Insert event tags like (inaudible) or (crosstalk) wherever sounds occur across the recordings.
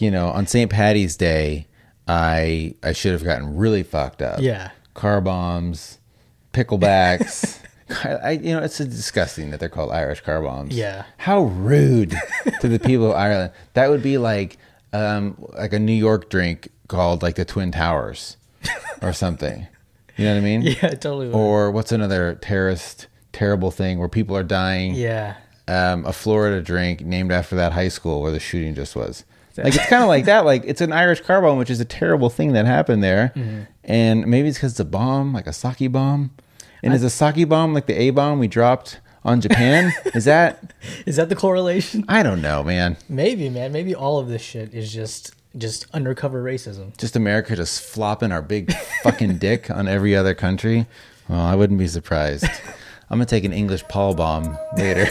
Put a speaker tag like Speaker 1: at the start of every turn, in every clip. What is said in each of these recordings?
Speaker 1: you know, on St. Patty's Day, I I should have gotten really fucked up.
Speaker 2: Yeah.
Speaker 1: Car bombs, picklebacks. (laughs) I, I you know, it's disgusting that they're called Irish car bombs.
Speaker 2: Yeah.
Speaker 1: How rude to the people of Ireland. That would be like um like a New York drink called like the Twin Towers or something. You know what I mean?
Speaker 2: (laughs) Yeah, it totally. would.
Speaker 1: Or what's another terrorist terrible thing where people are dying?
Speaker 2: yeah.
Speaker 1: um, a Florida drink named after that high school where the shooting just was. Like it's kind of like that. Like it's an Irish car bomb, which is a terrible thing that happened there. And maybe it's because it's a bomb, like a sake bomb. And is a sake bomb like the A bomb we dropped on Japan? is that?
Speaker 2: Is that the correlation? (laughs)
Speaker 1: I don't know, man.
Speaker 2: Maybe, man. Maybe all of this shit is just just undercover racism.
Speaker 1: Just America just flopping our big fucking dick on every other country. Well, I wouldn't be surprised. I'm gonna take an English Paul bomb later.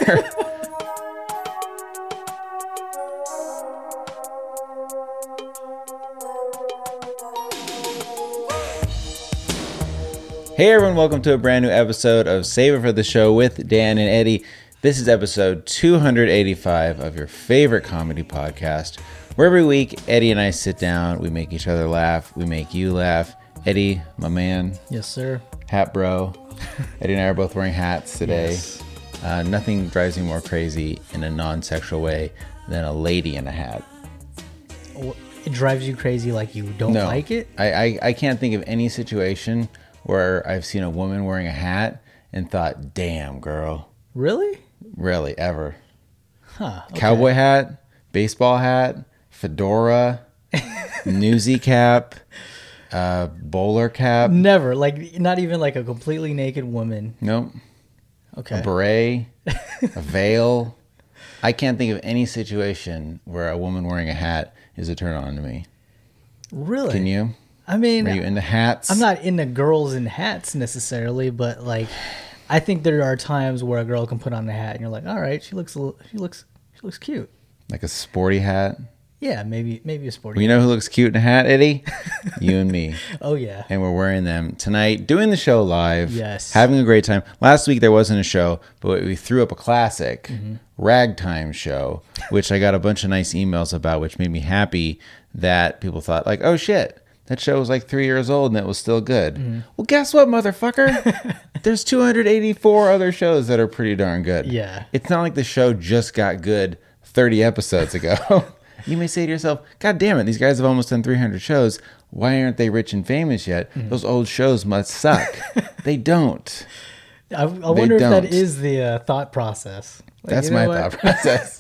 Speaker 1: Hey everyone, welcome to a brand new episode of Save It for the Show with Dan and Eddie. This is episode 285 of your favorite comedy podcast, where every week Eddie and I sit down, we make each other laugh, we make you laugh. Eddie, my man,
Speaker 2: Yes, sir.
Speaker 1: hat
Speaker 2: (laughs)
Speaker 1: bro. Eddie and I are both wearing hats today.
Speaker 2: Yes.
Speaker 1: Uh, nothing drives me more crazy in a non sexual way than a lady in a hat.
Speaker 2: Wh- It drives you crazy like you don't
Speaker 1: No.
Speaker 2: like it.
Speaker 1: I, I, I can't think of any situation where I've seen a woman wearing a hat and thought, damn, girl.
Speaker 2: Really?
Speaker 1: Really, ever.
Speaker 2: Huh. okay.
Speaker 1: Cowboy hat, baseball hat,
Speaker 2: (laughs)
Speaker 1: fedora, newsy cap, uh, bowler cap.
Speaker 2: Never. Like not even like a completely naked woman.
Speaker 1: Nope.
Speaker 2: Okay.
Speaker 1: Beret, a veil. I can't think of any situation where a woman wearing a hat is a turn on to me.
Speaker 2: really?
Speaker 1: Can you?
Speaker 2: I mean,
Speaker 1: Are you into hats?
Speaker 2: I'm not into girls in hats necessarily, but like, I think there are times where a girl can put on the hat and you're like, all right, she looks a little, she looks, she looks cute.
Speaker 1: Like a sporty hat.
Speaker 2: Yeah, maybe maybe a sporty.
Speaker 1: You know who looks cute in a hat,
Speaker 2: (laughs)
Speaker 1: Eddie? you and me.
Speaker 2: oh yeah,
Speaker 1: and we're wearing them tonight, doing the show live.
Speaker 2: Yes.
Speaker 1: Having a great time. Last week there wasn't a show, but we threw up a classic
Speaker 2: Mm-hmm.
Speaker 1: ragtime show, which I got a bunch of nice emails about, which made me happy that people thought, like, oh shit, that show was like three years old and it was still good.
Speaker 2: Mm-hmm.
Speaker 1: Well, guess what,
Speaker 2: (laughs)
Speaker 1: motherfucker? There's 284 other shows that are pretty darn good.
Speaker 2: Yeah.
Speaker 1: It's not like the show just got good 30 episodes
Speaker 2: (laughs)
Speaker 1: ago. you may say to yourself, God damn it, these guys have almost done 300 shows. Why aren't they rich and famous yet?
Speaker 2: Mm-hmm.
Speaker 1: Those old shows must suck.
Speaker 2: (laughs)
Speaker 1: they don't.
Speaker 2: I, I wonder if
Speaker 1: don't.
Speaker 2: that is the uh, thought process. Like,
Speaker 1: That's
Speaker 2: you
Speaker 1: my
Speaker 2: know what?
Speaker 1: thought
Speaker 2: (laughs)
Speaker 1: process.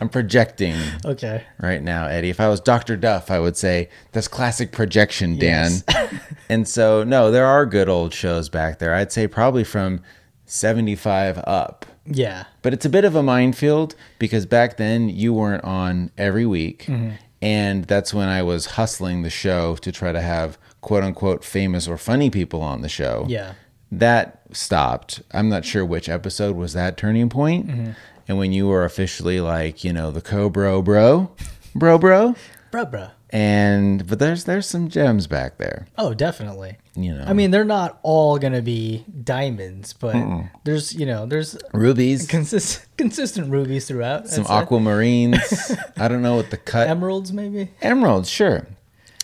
Speaker 1: I'm projecting
Speaker 2: Okay,
Speaker 1: right now, Eddie. If I was Dr. Duff, I would say that's classic projection, Dan.
Speaker 2: (laughs)
Speaker 1: and so, no, there are good old shows back there. I'd say probably from 75 up.
Speaker 2: yeah,
Speaker 1: But it's a bit of a minefield because back then you weren't on every week.
Speaker 2: Mm-hmm.
Speaker 1: And that's when I was hustling the show to try to have quote unquote famous or funny people on the show.
Speaker 2: Yeah.
Speaker 1: That stopped. I'm not sure which episode was that turning point.
Speaker 2: Mm-hmm.
Speaker 1: And when you were officially like, you know, the co bro bro, bro bro.
Speaker 2: bruh, bruh.
Speaker 1: And but there's there's some gems back there.
Speaker 2: Oh, definitely.
Speaker 1: You know.
Speaker 2: I mean, they're not all gonna be diamonds, but there's you know there's (laughs)
Speaker 1: rubies,
Speaker 2: consistent consistent rubies throughout.
Speaker 1: some
Speaker 2: I'd say.
Speaker 1: aquamarines.
Speaker 2: (laughs)
Speaker 1: I don't know what the cut
Speaker 2: emeralds, maybe.
Speaker 1: Emeralds, sure.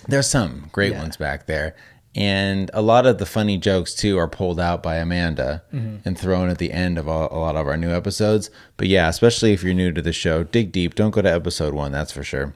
Speaker 1: There's some great ones back there. And a lot of the funny jokes, too, are pulled out by Amanda and thrown at the end of all, a lot of our new episodes. But yeah, especially if you're new to the show, dig deep. Don't go to episode one, that's for sure.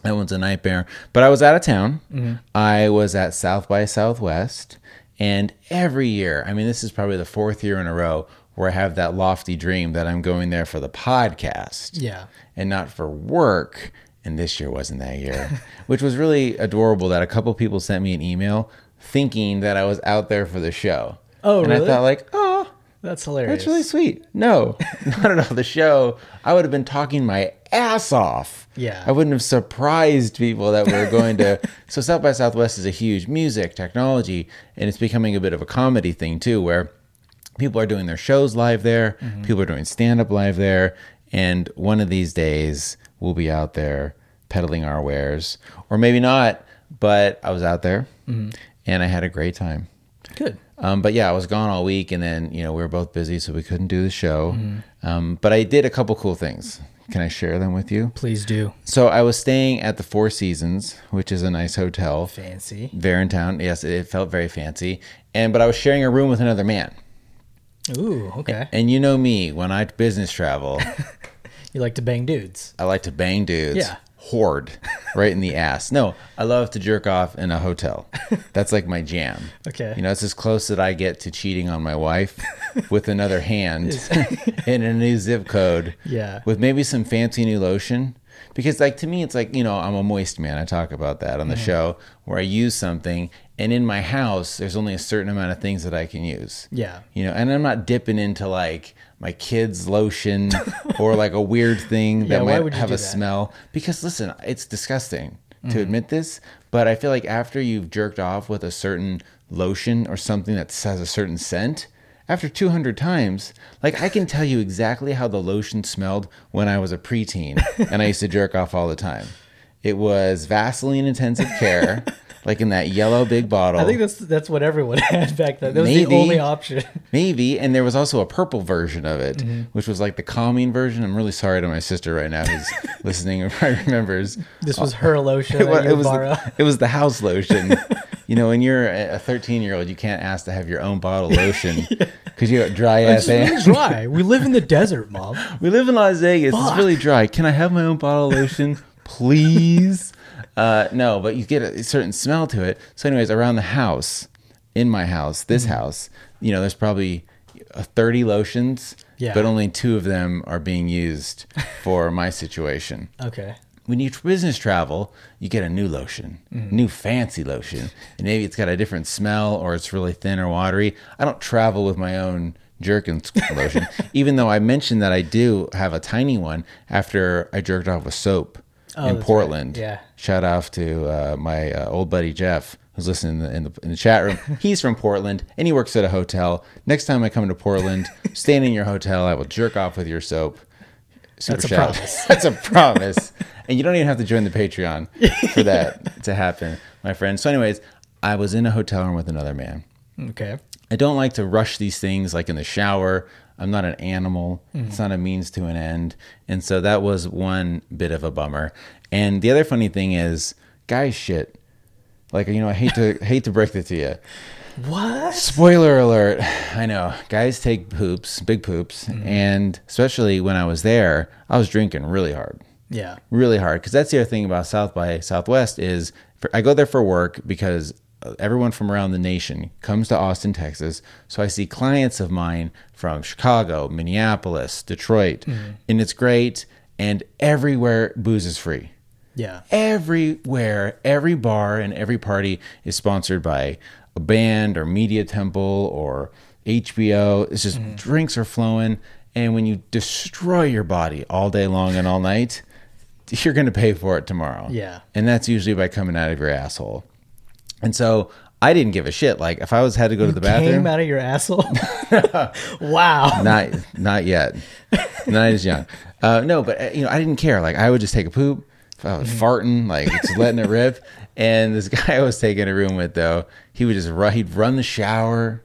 Speaker 1: That one's a nightmare. But I was out of town. I was at South by Southwest. And every year, I mean, this is probably the fourth year in a row where I have that lofty dream that I'm going there for the podcast
Speaker 2: Yeah.
Speaker 1: and not for work. And this year wasn't that
Speaker 2: (laughs)
Speaker 1: year, which was really adorable that a couple people sent me an email thinking that I was out there for the show.
Speaker 2: Oh,
Speaker 1: and I
Speaker 2: really?
Speaker 1: thought, like, oh,
Speaker 2: That's hilarious.
Speaker 1: that's really sweet. No, (laughs) not at all. The show, I would have been talking my ass off.
Speaker 2: Yeah.
Speaker 1: I wouldn't have surprised people that we were going
Speaker 2: (laughs)
Speaker 1: to. so, South by Southwest is a huge music, technology, and it's becoming a bit of a comedy thing, too, where people are doing their shows live there,
Speaker 2: Mm-hmm.
Speaker 1: people are doing stand up live there. And one of these days, we'll be out there peddling our wares, or maybe not, but I was out there
Speaker 2: Mm-hmm.
Speaker 1: and I had a great time.
Speaker 2: good.
Speaker 1: Um, but yeah, I was gone all week, and then you know we were both busy, so we couldn't do the show. Um, but I did a couple cool things. Can I share them with you?
Speaker 2: Please do.
Speaker 1: So I was staying at the Four Seasons, which is a nice hotel
Speaker 2: Fancy.
Speaker 1: there in town. Yes, it felt very fancy. And but I was sharing a room with another man.
Speaker 2: Ooh,
Speaker 1: (laughs)
Speaker 2: okay.
Speaker 1: And you know me, when I business travel,
Speaker 2: You like to bang dudes.
Speaker 1: I like to bang dudes.
Speaker 2: Yeah.
Speaker 1: Hoard (laughs) right in the ass. No, I love to jerk off in a
Speaker 2: (laughs)
Speaker 1: hotel. That's like my jam.
Speaker 2: Okay.
Speaker 1: You know, it's as close that I get to cheating on my
Speaker 2: (laughs)
Speaker 1: wife with another hand (laughs) in a new zip code.
Speaker 2: Yeah.
Speaker 1: With maybe some fancy new lotion. Because, like, to me, it's like, you know, I'm a moist man. I talk about that
Speaker 2: Mm-hmm.
Speaker 1: on the show where I use something. And in my house, there's only a certain amount of things that I can use
Speaker 2: Yeah.
Speaker 1: you know and i'm not dipping into like my kids lotion or like a weird thing that
Speaker 2: (laughs) Yeah, why
Speaker 1: might
Speaker 2: would you
Speaker 1: have a
Speaker 2: do that? Mm-hmm.
Speaker 1: smell because listen it's disgusting to admit this but i feel like after you've jerked off with a certain lotion or something that has a certain scent after 200 times like i can tell you exactly how the lotion smelled when i was a preteen and i used to jerk off all the time it was vaseline intensive
Speaker 2: (laughs)
Speaker 1: care like in that yellow big bottle
Speaker 2: I think that's that's what everyone (laughs) had back then. That was
Speaker 1: Maybe.
Speaker 2: the only option. (laughs)
Speaker 1: Maybe. And there was also a purple version of it,
Speaker 2: Mm-hmm.
Speaker 1: which was like the calming version. I'm really sorry to my sister right now
Speaker 2: (laughs)
Speaker 1: who's listening and probably remembers.
Speaker 2: This was her lotion.
Speaker 1: Uh, (laughs) It
Speaker 2: that
Speaker 1: was,
Speaker 2: you
Speaker 1: it, was
Speaker 2: borrow.
Speaker 1: the, it was the house
Speaker 2: (laughs)
Speaker 1: lotion. you know, when you're a 13 year old, you can't ask to have your own bottle of
Speaker 2: (laughs)
Speaker 1: lotion because you got dry ass
Speaker 2: It's really
Speaker 1: hands.
Speaker 2: dry. We live in the desert, mom.
Speaker 1: We live in Las Vegas. It's
Speaker 2: Fuck.
Speaker 1: really dry. Can I have my own bottle of lotion,
Speaker 2: (laughs)
Speaker 1: please? Uh, no, but you get a certain smell to it. So, anyways, around the house, in my house, this
Speaker 2: Mm-hmm.
Speaker 1: house, you know, there's probably uh, 30 lotions,
Speaker 2: Yeah.
Speaker 1: but only two of them are being
Speaker 2: (laughs)
Speaker 1: used for my situation
Speaker 2: Okay.
Speaker 1: when you business travel, you get a new lotion,
Speaker 2: Mm-hmm.
Speaker 1: new fancy lotion, and maybe it's got a different smell or it's really thin or watery. I don't travel with my own jerkin (laughs) lotion, even though I mentioned that I do have a tiny one after I jerked off with soap in
Speaker 2: Oh, that's right.
Speaker 1: Portland.
Speaker 2: Yeah.
Speaker 1: Shout out to uh, my uh, old buddy Jeff, who's listening in the, in the, in the chat
Speaker 2: (laughs)
Speaker 1: room. He's from Portland and he works at a hotel. Next time I come to
Speaker 2: (laughs)
Speaker 1: Portland, staying in your hotel, I will jerk off with your soap. Super
Speaker 2: That's a
Speaker 1: shout.
Speaker 2: promise.
Speaker 1: (laughs) That's a promise. and you don't even have to join the Patreon for that to happen, my friend. So, anyways, I was in a hotel room with another man.
Speaker 2: Okay.
Speaker 1: I don't like to rush these things like in the shower. I'm not an animal. It's not a means to an end. And so that was one bit of a bummer. And the other funny thing is, guys shit. Like, you know, I hate to hate to break it to you.
Speaker 2: What?
Speaker 1: Spoiler alert. I know. Guys take poops, big poops, and especially when I was there, I was drinking really hard
Speaker 2: Yeah.
Speaker 1: really hard because that's the other thing about South by Southwest is for, I go there for work because uh, everyone from around the nation comes to Austin, Texas. So I see clients of mine from Chicago, Minneapolis, Detroit, and it's great. And everywhere booze is free
Speaker 2: Yeah.
Speaker 1: everywhere, every bar and every party is sponsored by a band or Media Temple or HBO. It's
Speaker 2: Mm-hmm.
Speaker 1: just drinks are flowing. And when you destroy your body all day long and all night, you're going to pay for it tomorrow.
Speaker 2: Yeah.
Speaker 1: And that's usually by coming out of your asshole. And so I didn't give a shit. Like if I was had to go to the bathroom,
Speaker 2: Came out of
Speaker 1: (laughs)
Speaker 2: your asshole. (laughs) wow.
Speaker 1: not not yet not as young uh, no but uh, you know i didn't care like i would just take a poop if i was farting like just letting it rip and this (laughs) guy i was taking a room with though he would just run he'd run the shower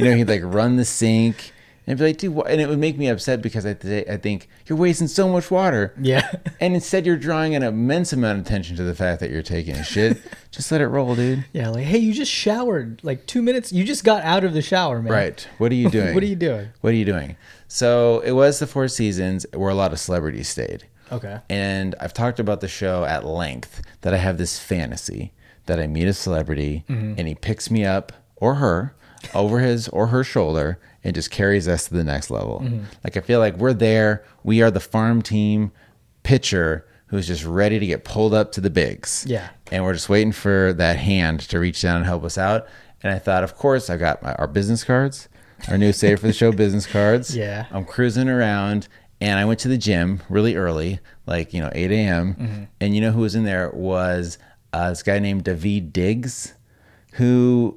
Speaker 1: you know he'd like run the sink and be like dude what? and it would make me upset because I, th- I think you're wasting so much water
Speaker 2: Yeah.
Speaker 1: and instead you're drawing an immense amount of attention to the fact that you're taking a shit just let it roll dude
Speaker 2: Yeah. Like, hey, you just showered like two minutes. You just got out of the shower, man.
Speaker 1: Right. What are
Speaker 2: (laughs)
Speaker 1: you doing?
Speaker 2: What are you doing?
Speaker 1: What are you doing? So it was the Four Seasons where a lot of celebrities stayed.
Speaker 2: Okay.
Speaker 1: And I've talked about the show at length that I have this fantasy that I meet a celebrity
Speaker 2: Mm-hmm.
Speaker 1: and he picks me up or her over his or her shoulder and just carries us to the next level.
Speaker 2: Mm-hmm.
Speaker 1: Like I feel like we're there. We are the farm team pitcher who's just ready to get pulled up to the bigs
Speaker 2: Yeah.
Speaker 1: and we're just waiting for that hand to reach down and help us out. And I thought, of course, I got my, our business cards, our new save for the show (laughs) business cards.
Speaker 2: Yeah.
Speaker 1: I'm cruising around, and I went to the gym really early, like you know, 8 a.m.
Speaker 2: Mm-hmm.
Speaker 1: And you know who was in there was uh, this guy named David Diggs, who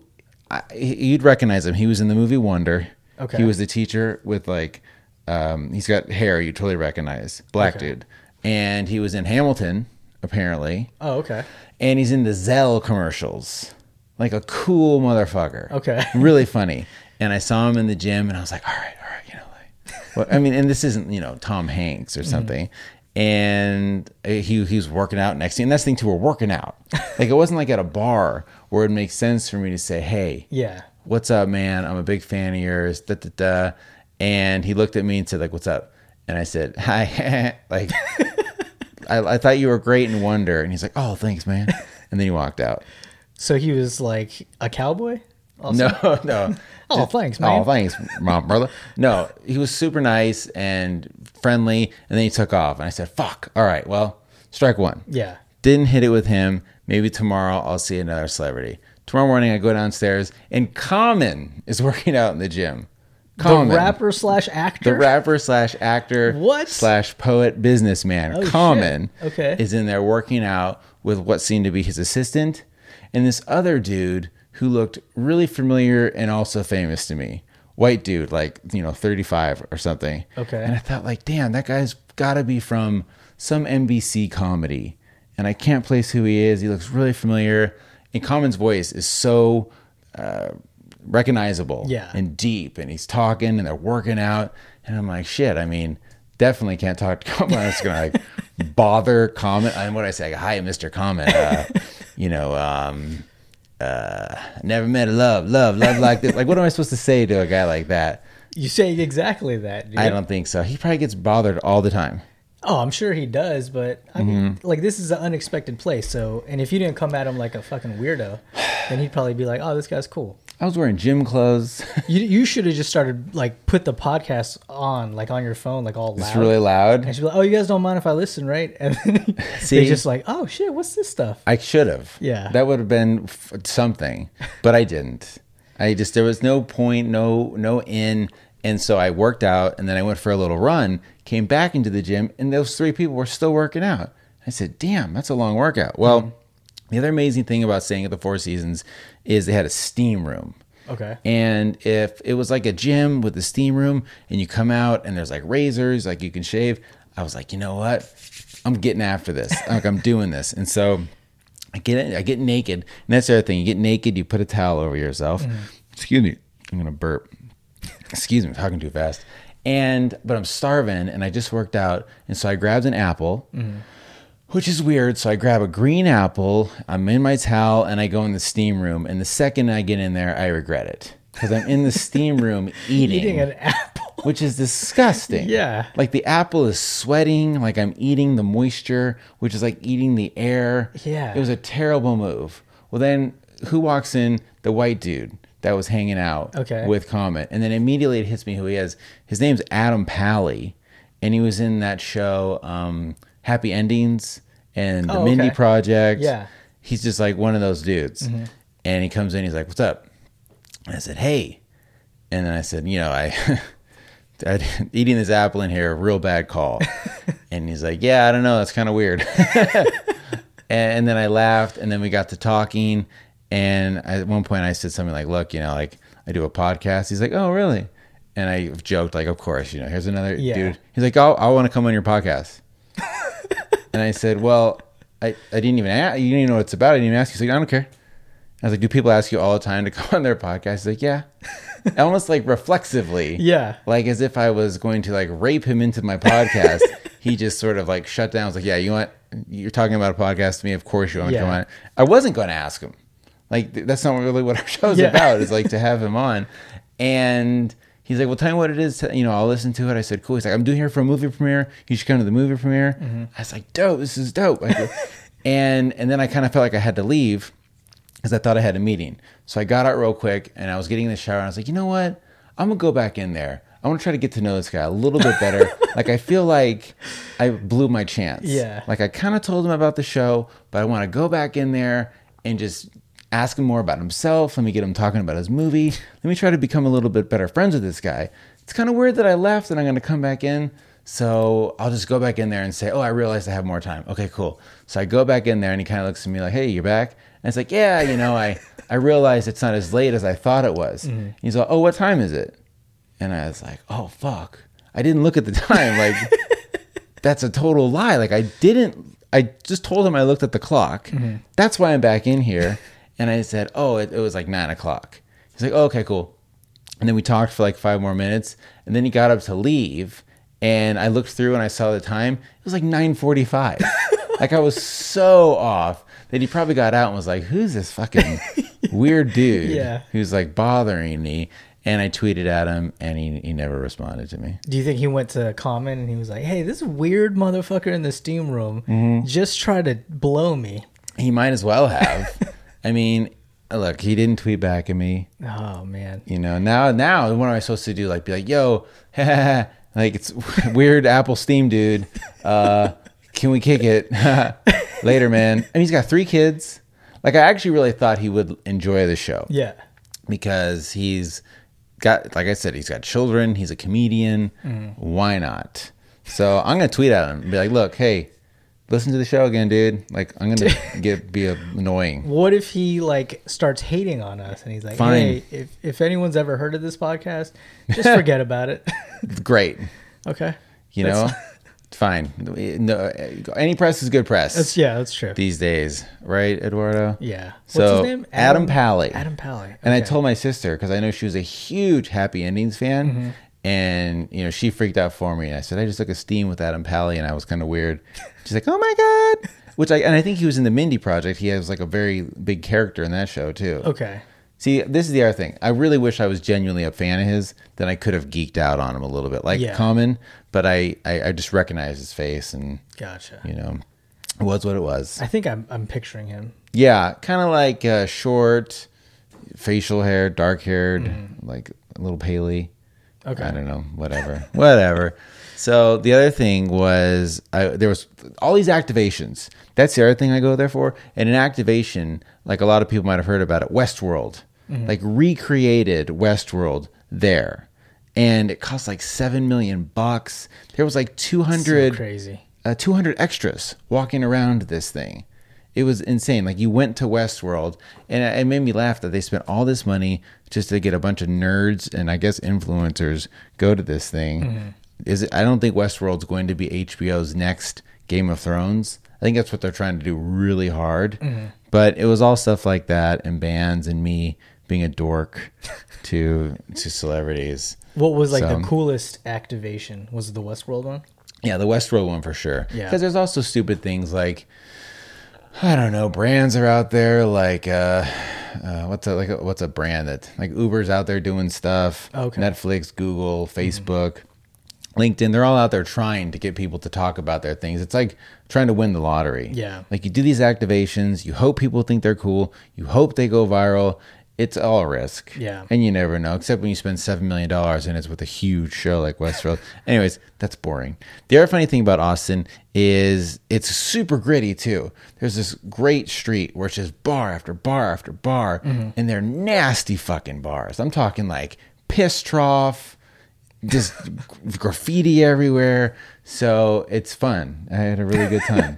Speaker 1: I, you'd recognize him. He was in the movie Wonder.
Speaker 2: Okay.
Speaker 1: He was the teacher with like, um, he's got hair you totally recognize, black dude, and he was in Hamilton apparently
Speaker 2: Oh, okay.
Speaker 1: and he's in the Zell commercials. Like a cool motherfucker.
Speaker 2: Okay.
Speaker 1: really funny. And I saw him in the gym and I was like, all right, all right, you know, like, well, I mean, and this isn't, you know, Tom Hanks or something. and uh, he he was working out next to and that's the thing too we're working out like it wasn't like at a bar where it makes sense for me to say hey
Speaker 2: Yeah.
Speaker 1: what's up man i'm a big fan of yours da da da and he looked at me and said like what's up and i said hi (laughs) like I, I thought you were great in wonder and he's like oh thanks man and then he walked
Speaker 2: (laughs)
Speaker 1: out
Speaker 2: So he was like a cowboy. Also?
Speaker 1: no (laughs) no
Speaker 2: Oh, thanks, man.
Speaker 1: Oh, thanks, mom, brother. No, he was super nice and friendly, and then he took off. And I said, "Fuck! All right, well, strike one."
Speaker 2: Yeah.
Speaker 1: Didn't hit it with him. Maybe tomorrow I'll see another celebrity. Tomorrow morning I go downstairs, and Common is (laughs) working out in the gym. Common,
Speaker 2: The rapper slash actor.
Speaker 1: the rapper slash actor,
Speaker 2: What? Oh,
Speaker 1: slash poet businessman,
Speaker 2: shit.
Speaker 1: Common,
Speaker 2: Okay.
Speaker 1: is in there working out with what seemed to be his assistant, and this other dude who looked really familiar and also famous to me, white dude, like you know, thirty five or something.
Speaker 2: Okay.
Speaker 1: and I thought like, damn, that guy's got to be from some NBC comedy, and I can't place who he is. He looks really familiar, and Common's voice is so. Uh, recognizable
Speaker 2: Yeah.
Speaker 1: and deep and he's talking and they're working out and I'm like shit I mean definitely can't talk to Common I'm just gonna
Speaker 2: (laughs)
Speaker 1: like bother Common and what I say hi Mr. Common uh, you know um uh never met a love love love like this like what am I supposed to say to a guy like that
Speaker 2: you say exactly that. Dude.
Speaker 1: I don't think so he probably gets bothered all the time
Speaker 2: Oh, I'm sure he does, but I mean,
Speaker 1: Mm-hmm.
Speaker 2: like this is an unexpected place. So, and if you didn't come at him like a fucking weirdo, then he'd probably be like, "Oh, this guy's cool."
Speaker 1: I was wearing gym clothes (laughs)
Speaker 2: You you should have just started like put the podcast on like on your phone like all loud.
Speaker 1: it's really loud
Speaker 2: and she'd be like, "Oh, you guys don't mind if I listen, right?" (laughs)
Speaker 1: (laughs)
Speaker 2: And then
Speaker 1: See?
Speaker 2: they're just like, "Oh shit, what's this stuff?"
Speaker 1: I should have.
Speaker 2: Yeah.
Speaker 1: That would have been f- something, but I didn't. I just there was no point, no no in, and so I worked out, and then I went for a little run, came back into the gym, and those three people were still working out. I said, "Damn, that's a long workout." Well,
Speaker 2: Mm-hmm.
Speaker 1: the other amazing thing about staying at the Four Seasons is they had a steam room.
Speaker 2: Okay.
Speaker 1: And if it was like a gym with a steam room and you come out and there's like razors, like you can shave, I was like, you know what? I'm getting after this. (laughs) like I'm doing this. And so I get it, I get naked. And that's the other thing. You get naked, you put a towel over yourself. Excuse me. I'm gonna burp. Excuse me, I'm talking too fast. And but I'm starving and I just worked out. And so I grabbed an apple which is weird. So I grab a green apple, I'm in my towel, and I go in the steam room. And the second I get in there, I regret it because I'm in the steam room eating,
Speaker 2: Eating an (laughs) apple.
Speaker 1: (laughs) which is disgusting.
Speaker 2: Yeah.
Speaker 1: Like the apple is sweating, like I'm eating the moisture, which is like eating the air.
Speaker 2: Yeah.
Speaker 1: It was a terrible move. Well, then who walks in? The white dude that was hanging out
Speaker 2: Okay.
Speaker 1: with Comet. And then immediately it hits me who he is. His name's Adam Pally, and he was in that show um, Happy Endings and The
Speaker 2: Oh,
Speaker 1: Mindy
Speaker 2: okay.
Speaker 1: Project.
Speaker 2: Yeah. Mm-hmm.
Speaker 1: He's just like one of those dudes. And he comes in, he's like, What's up? And I said, Hey. And then I said, You know, I. (laughs) I, eating this apple in here, real bad call. and he's like, Yeah, I don't know. That's kind of weird. (laughs) and then I laughed, and then we got to talking. And at one point, I said something like, "Look, you know, like I do a podcast." He's like, "Oh, really?" And I joked, like, "Of course, you know." Here's another
Speaker 2: Yeah.
Speaker 1: dude. He's like, "Oh, I want to come on your podcast." and I said, "Well, I, I didn't even ask. You didn't even know what it's about. I didn't even ask you." He's like, "I don't care." I was like, "Do people ask you all the time to come on their podcast?" He's like, "Yeah," almost like reflexively.
Speaker 2: Yeah.
Speaker 1: like as if I was going to like rape him into my
Speaker 2: (laughs)
Speaker 1: podcast. he just sort of like shut down. I was like, "Yeah, you want you're talking about a podcast to me? Of course you want to
Speaker 2: Yeah.
Speaker 1: come on." I wasn't going to ask him. Like th- that's not really what our show's
Speaker 2: Yeah.
Speaker 1: about. Is like to have him on, and he's like, "Well, tell me what it is. To, you know, I'll listen to it." I said, "Cool." He's like, "I'm doing here for a movie premiere. You should come to the movie premiere." I was like, "Dope. This is dope." I go- (laughs) and and then I kind of felt like I had to leave because I thought I had a meeting. So I got out real quick and I was getting in the shower and I was like, you know what? I'm gonna go back in there. I want to try to get to know this guy a little bit better. like I feel like I blew my chance.
Speaker 2: Yeah.
Speaker 1: Like I kind of told him about the show, but I want to go back in there and just ask him more about himself. Let me get him talking about his movie. Let me try to become a little bit better friends with this guy. It's kind of weird that I left and I'm gonna come back in. So I'll just go back in there and say, "Oh, I realized I have more time." Okay, cool. So I go back in there and he kind of looks at me like, "Hey, you're back." And it's like, "Yeah, you know, I I realized it's not as late as I thought it was." He's like, "Oh, what time is it?" And I was like, "Oh, fuck. I didn't look at the time. Like that's a total lie. Like I didn't. I just told him I looked at the clock. That's why I'm back in here. And I said, "Oh, it, it was like nine o'clock." He's like, oh, "Okay, cool." And then we talked for like five more minutes, and then he got up to leave, and I looked through and I saw the time. It was like 9:45. like I was so off that he probably got out and was like, "Who's this fucking weird dude
Speaker 2: Yeah.
Speaker 1: who's like bothering me?" And I tweeted at him, and he, he never responded to me.
Speaker 2: Do you think he went to Common and he was like, "Hey, this weird motherfucker in the steam room
Speaker 1: Mm-hmm.
Speaker 2: just tried to blow me."
Speaker 1: He might as well have. I mean, look, he didn't tweet back at me.
Speaker 2: Oh man.
Speaker 1: You know, now now what am I supposed to do? Like be like, yo, (laughs) like it's (laughs) weird Apple Steam dude. Uh can we kick it? (laughs) Later, man. I mean he's got three kids. Like I actually really thought he would enjoy the show
Speaker 2: Yeah.
Speaker 1: because he's got like I said, he's got children, he's a comedian. Why not? So I'm gonna tweet at him and be like, look, hey, listen to the show again, dude. Like I'm gonna get be annoying.
Speaker 2: What if he like starts hating on us and he's like,
Speaker 1: Fine.
Speaker 2: "Hey, if if anyone's ever heard of this podcast, just
Speaker 1: (laughs)
Speaker 2: forget about it." (laughs)
Speaker 1: Great.
Speaker 2: okay.
Speaker 1: You know,
Speaker 2: (laughs) That's-
Speaker 1: fine. No, any press is good press
Speaker 2: That's yeah, that's true.
Speaker 1: these days, right, Eduardo?
Speaker 2: yeah.
Speaker 1: So Adam, Pally.
Speaker 2: Adam Pally.
Speaker 1: And I
Speaker 2: Okay.
Speaker 1: told my sister because I know she was a huge Happy Endings fan,
Speaker 2: Mm-hmm.
Speaker 1: and you know she freaked out for me. And I said I just took a steam with Adam Pally, and I was kind of weird. She's like, "Oh my god!" Which I and I think he was in the Mindy Project. He has like a very big character in that show too.
Speaker 2: Okay.
Speaker 1: See, this is the other thing. I really wish I was genuinely a fan of his. Then I could have geeked out on him a little bit, like
Speaker 2: Yeah.
Speaker 1: Common. But I, I, I just recognized his face, and
Speaker 2: Gotcha.
Speaker 1: you know, it was what it was.
Speaker 2: I think I'm I'm picturing him.
Speaker 1: Yeah, kind of like uh, short, facial hair, dark haired, like a little paley.
Speaker 2: Okay.
Speaker 1: I don't know, whatever, whatever. So the other thing was I, there was all these activations. That's the other thing I go there for. And an activation, like a lot of people might have heard about it, Westworld, like recreated Westworld there, and it cost like seven million bucks. There was like two
Speaker 2: So
Speaker 1: hundred
Speaker 2: crazy.
Speaker 1: uh, 200 extras walking around this thing. It was insane. Like you went to Westworld, and it- it made me laugh that they spent all this money just to get a bunch of nerds and I guess influencers go to this thing. Is it, I don't think Westworld's going to be HBO's next Game of Thrones. I think that's what they're trying to do really hard. But it was all stuff like that and bands and me being a dork to to celebrities.
Speaker 2: What was like the
Speaker 1: So-
Speaker 2: coolest activation? Was it the Westworld one?
Speaker 1: Yeah, the Westworld one for sure.
Speaker 2: Yeah.
Speaker 1: Because there's also stupid things like, I don't know, brands are out there like, uh, uh, what's a like a, what's a brand that like Uber's out there doing stuff.
Speaker 2: Okay. Mm-hmm.
Speaker 1: Netflix, Google, Facebook, LinkedIn. They're all out there trying to get people to talk about their things. It's like trying to win the lottery.
Speaker 2: Yeah.
Speaker 1: Like you do these activations, you hope people think they're cool, you hope they go viral. It's all risk.
Speaker 2: Yeah.
Speaker 1: And you never know, except when you spend $7 million and it's with a huge show like Westworld. Anyways, that's boring. The other funny thing about Austin is it's super gritty too. There's this great street where it's just bar after bar after bar, and they're nasty fucking bars. I'm talking like piss trough, just (laughs) graffiti everywhere. So it's fun. I had a really good time.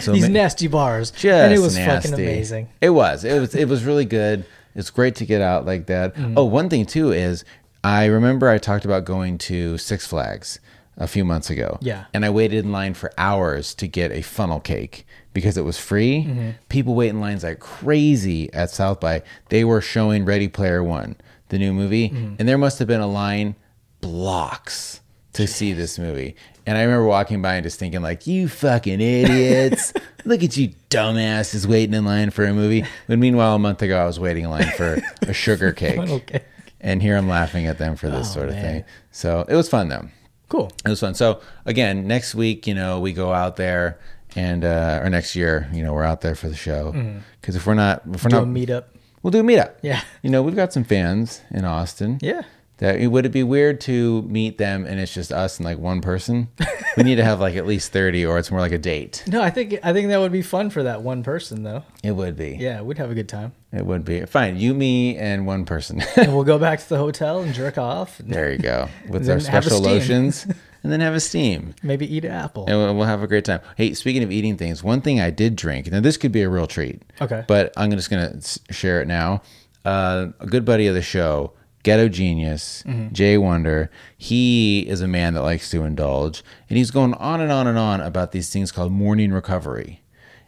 Speaker 1: So
Speaker 2: These
Speaker 1: ma-
Speaker 2: nasty bars.
Speaker 1: just
Speaker 2: and it was
Speaker 1: nasty.
Speaker 2: fucking amazing.
Speaker 1: It was. It was. It was really good. It's great to get out like that.
Speaker 2: Mm.
Speaker 1: Oh, one thing too is I remember I talked about going to Six Flags a few months ago.
Speaker 2: Yeah.
Speaker 1: And I waited in line for hours to get a funnel cake because it was free.
Speaker 2: Mm-hmm.
Speaker 1: People wait in lines like crazy at South by. They were showing Ready Player One, the new movie,
Speaker 2: Mm-hmm.
Speaker 1: and there must have been a line blocks to see this movie. And I remember walking by and just thinking, like, you fucking
Speaker 2: (laughs)
Speaker 1: idiots. Look at you dumbasses waiting in line for a movie. When meanwhile, a month ago, I was waiting in line for a
Speaker 2: (laughs)
Speaker 1: sugar cake.
Speaker 2: Okay.
Speaker 1: And here I'm laughing at them for this sort of
Speaker 2: Oh, man.
Speaker 1: thing. So it was fun, though.
Speaker 2: Cool.
Speaker 1: It was fun. So again, next week, you know, we go out there and, uh, or next year, you know, we're out there for the show. Because if we're not, if we're
Speaker 2: Mm-hmm. Do
Speaker 1: not,
Speaker 2: a meetup.
Speaker 1: we'll do a meetup.
Speaker 2: Yeah.
Speaker 1: You know, we've got some fans in Austin.
Speaker 2: Yeah.
Speaker 1: That would it be weird to meet them and it's just us and like one
Speaker 2: (laughs)
Speaker 1: person? we need to have like at least thirty, or it's more like a date.
Speaker 2: No, I think I think that would be fun for that one person though.
Speaker 1: It would be.
Speaker 2: Yeah, we'd have a good time. (laughs)
Speaker 1: It would be fine. You, me, and one person. (laughs)
Speaker 2: And we'll go back to the hotel and jerk off and
Speaker 1: there you go. With
Speaker 2: then
Speaker 1: our
Speaker 2: have a
Speaker 1: special
Speaker 2: steam. (laughs)
Speaker 1: lotions, and then have a steam.
Speaker 2: maybe eat an apple.
Speaker 1: and we'll- we'll have a great time. Hey, speaking of eating things, one thing I did drink. Now this could be a real treat.
Speaker 2: Okay.
Speaker 1: But I'm just gonna s- share it now. Uh, a good buddy of the show, Ghetto Genius
Speaker 2: Mm-hmm.
Speaker 1: Jay Wonder. He is a man that likes to indulge, and he's going on and on and on about these things called morning recovery.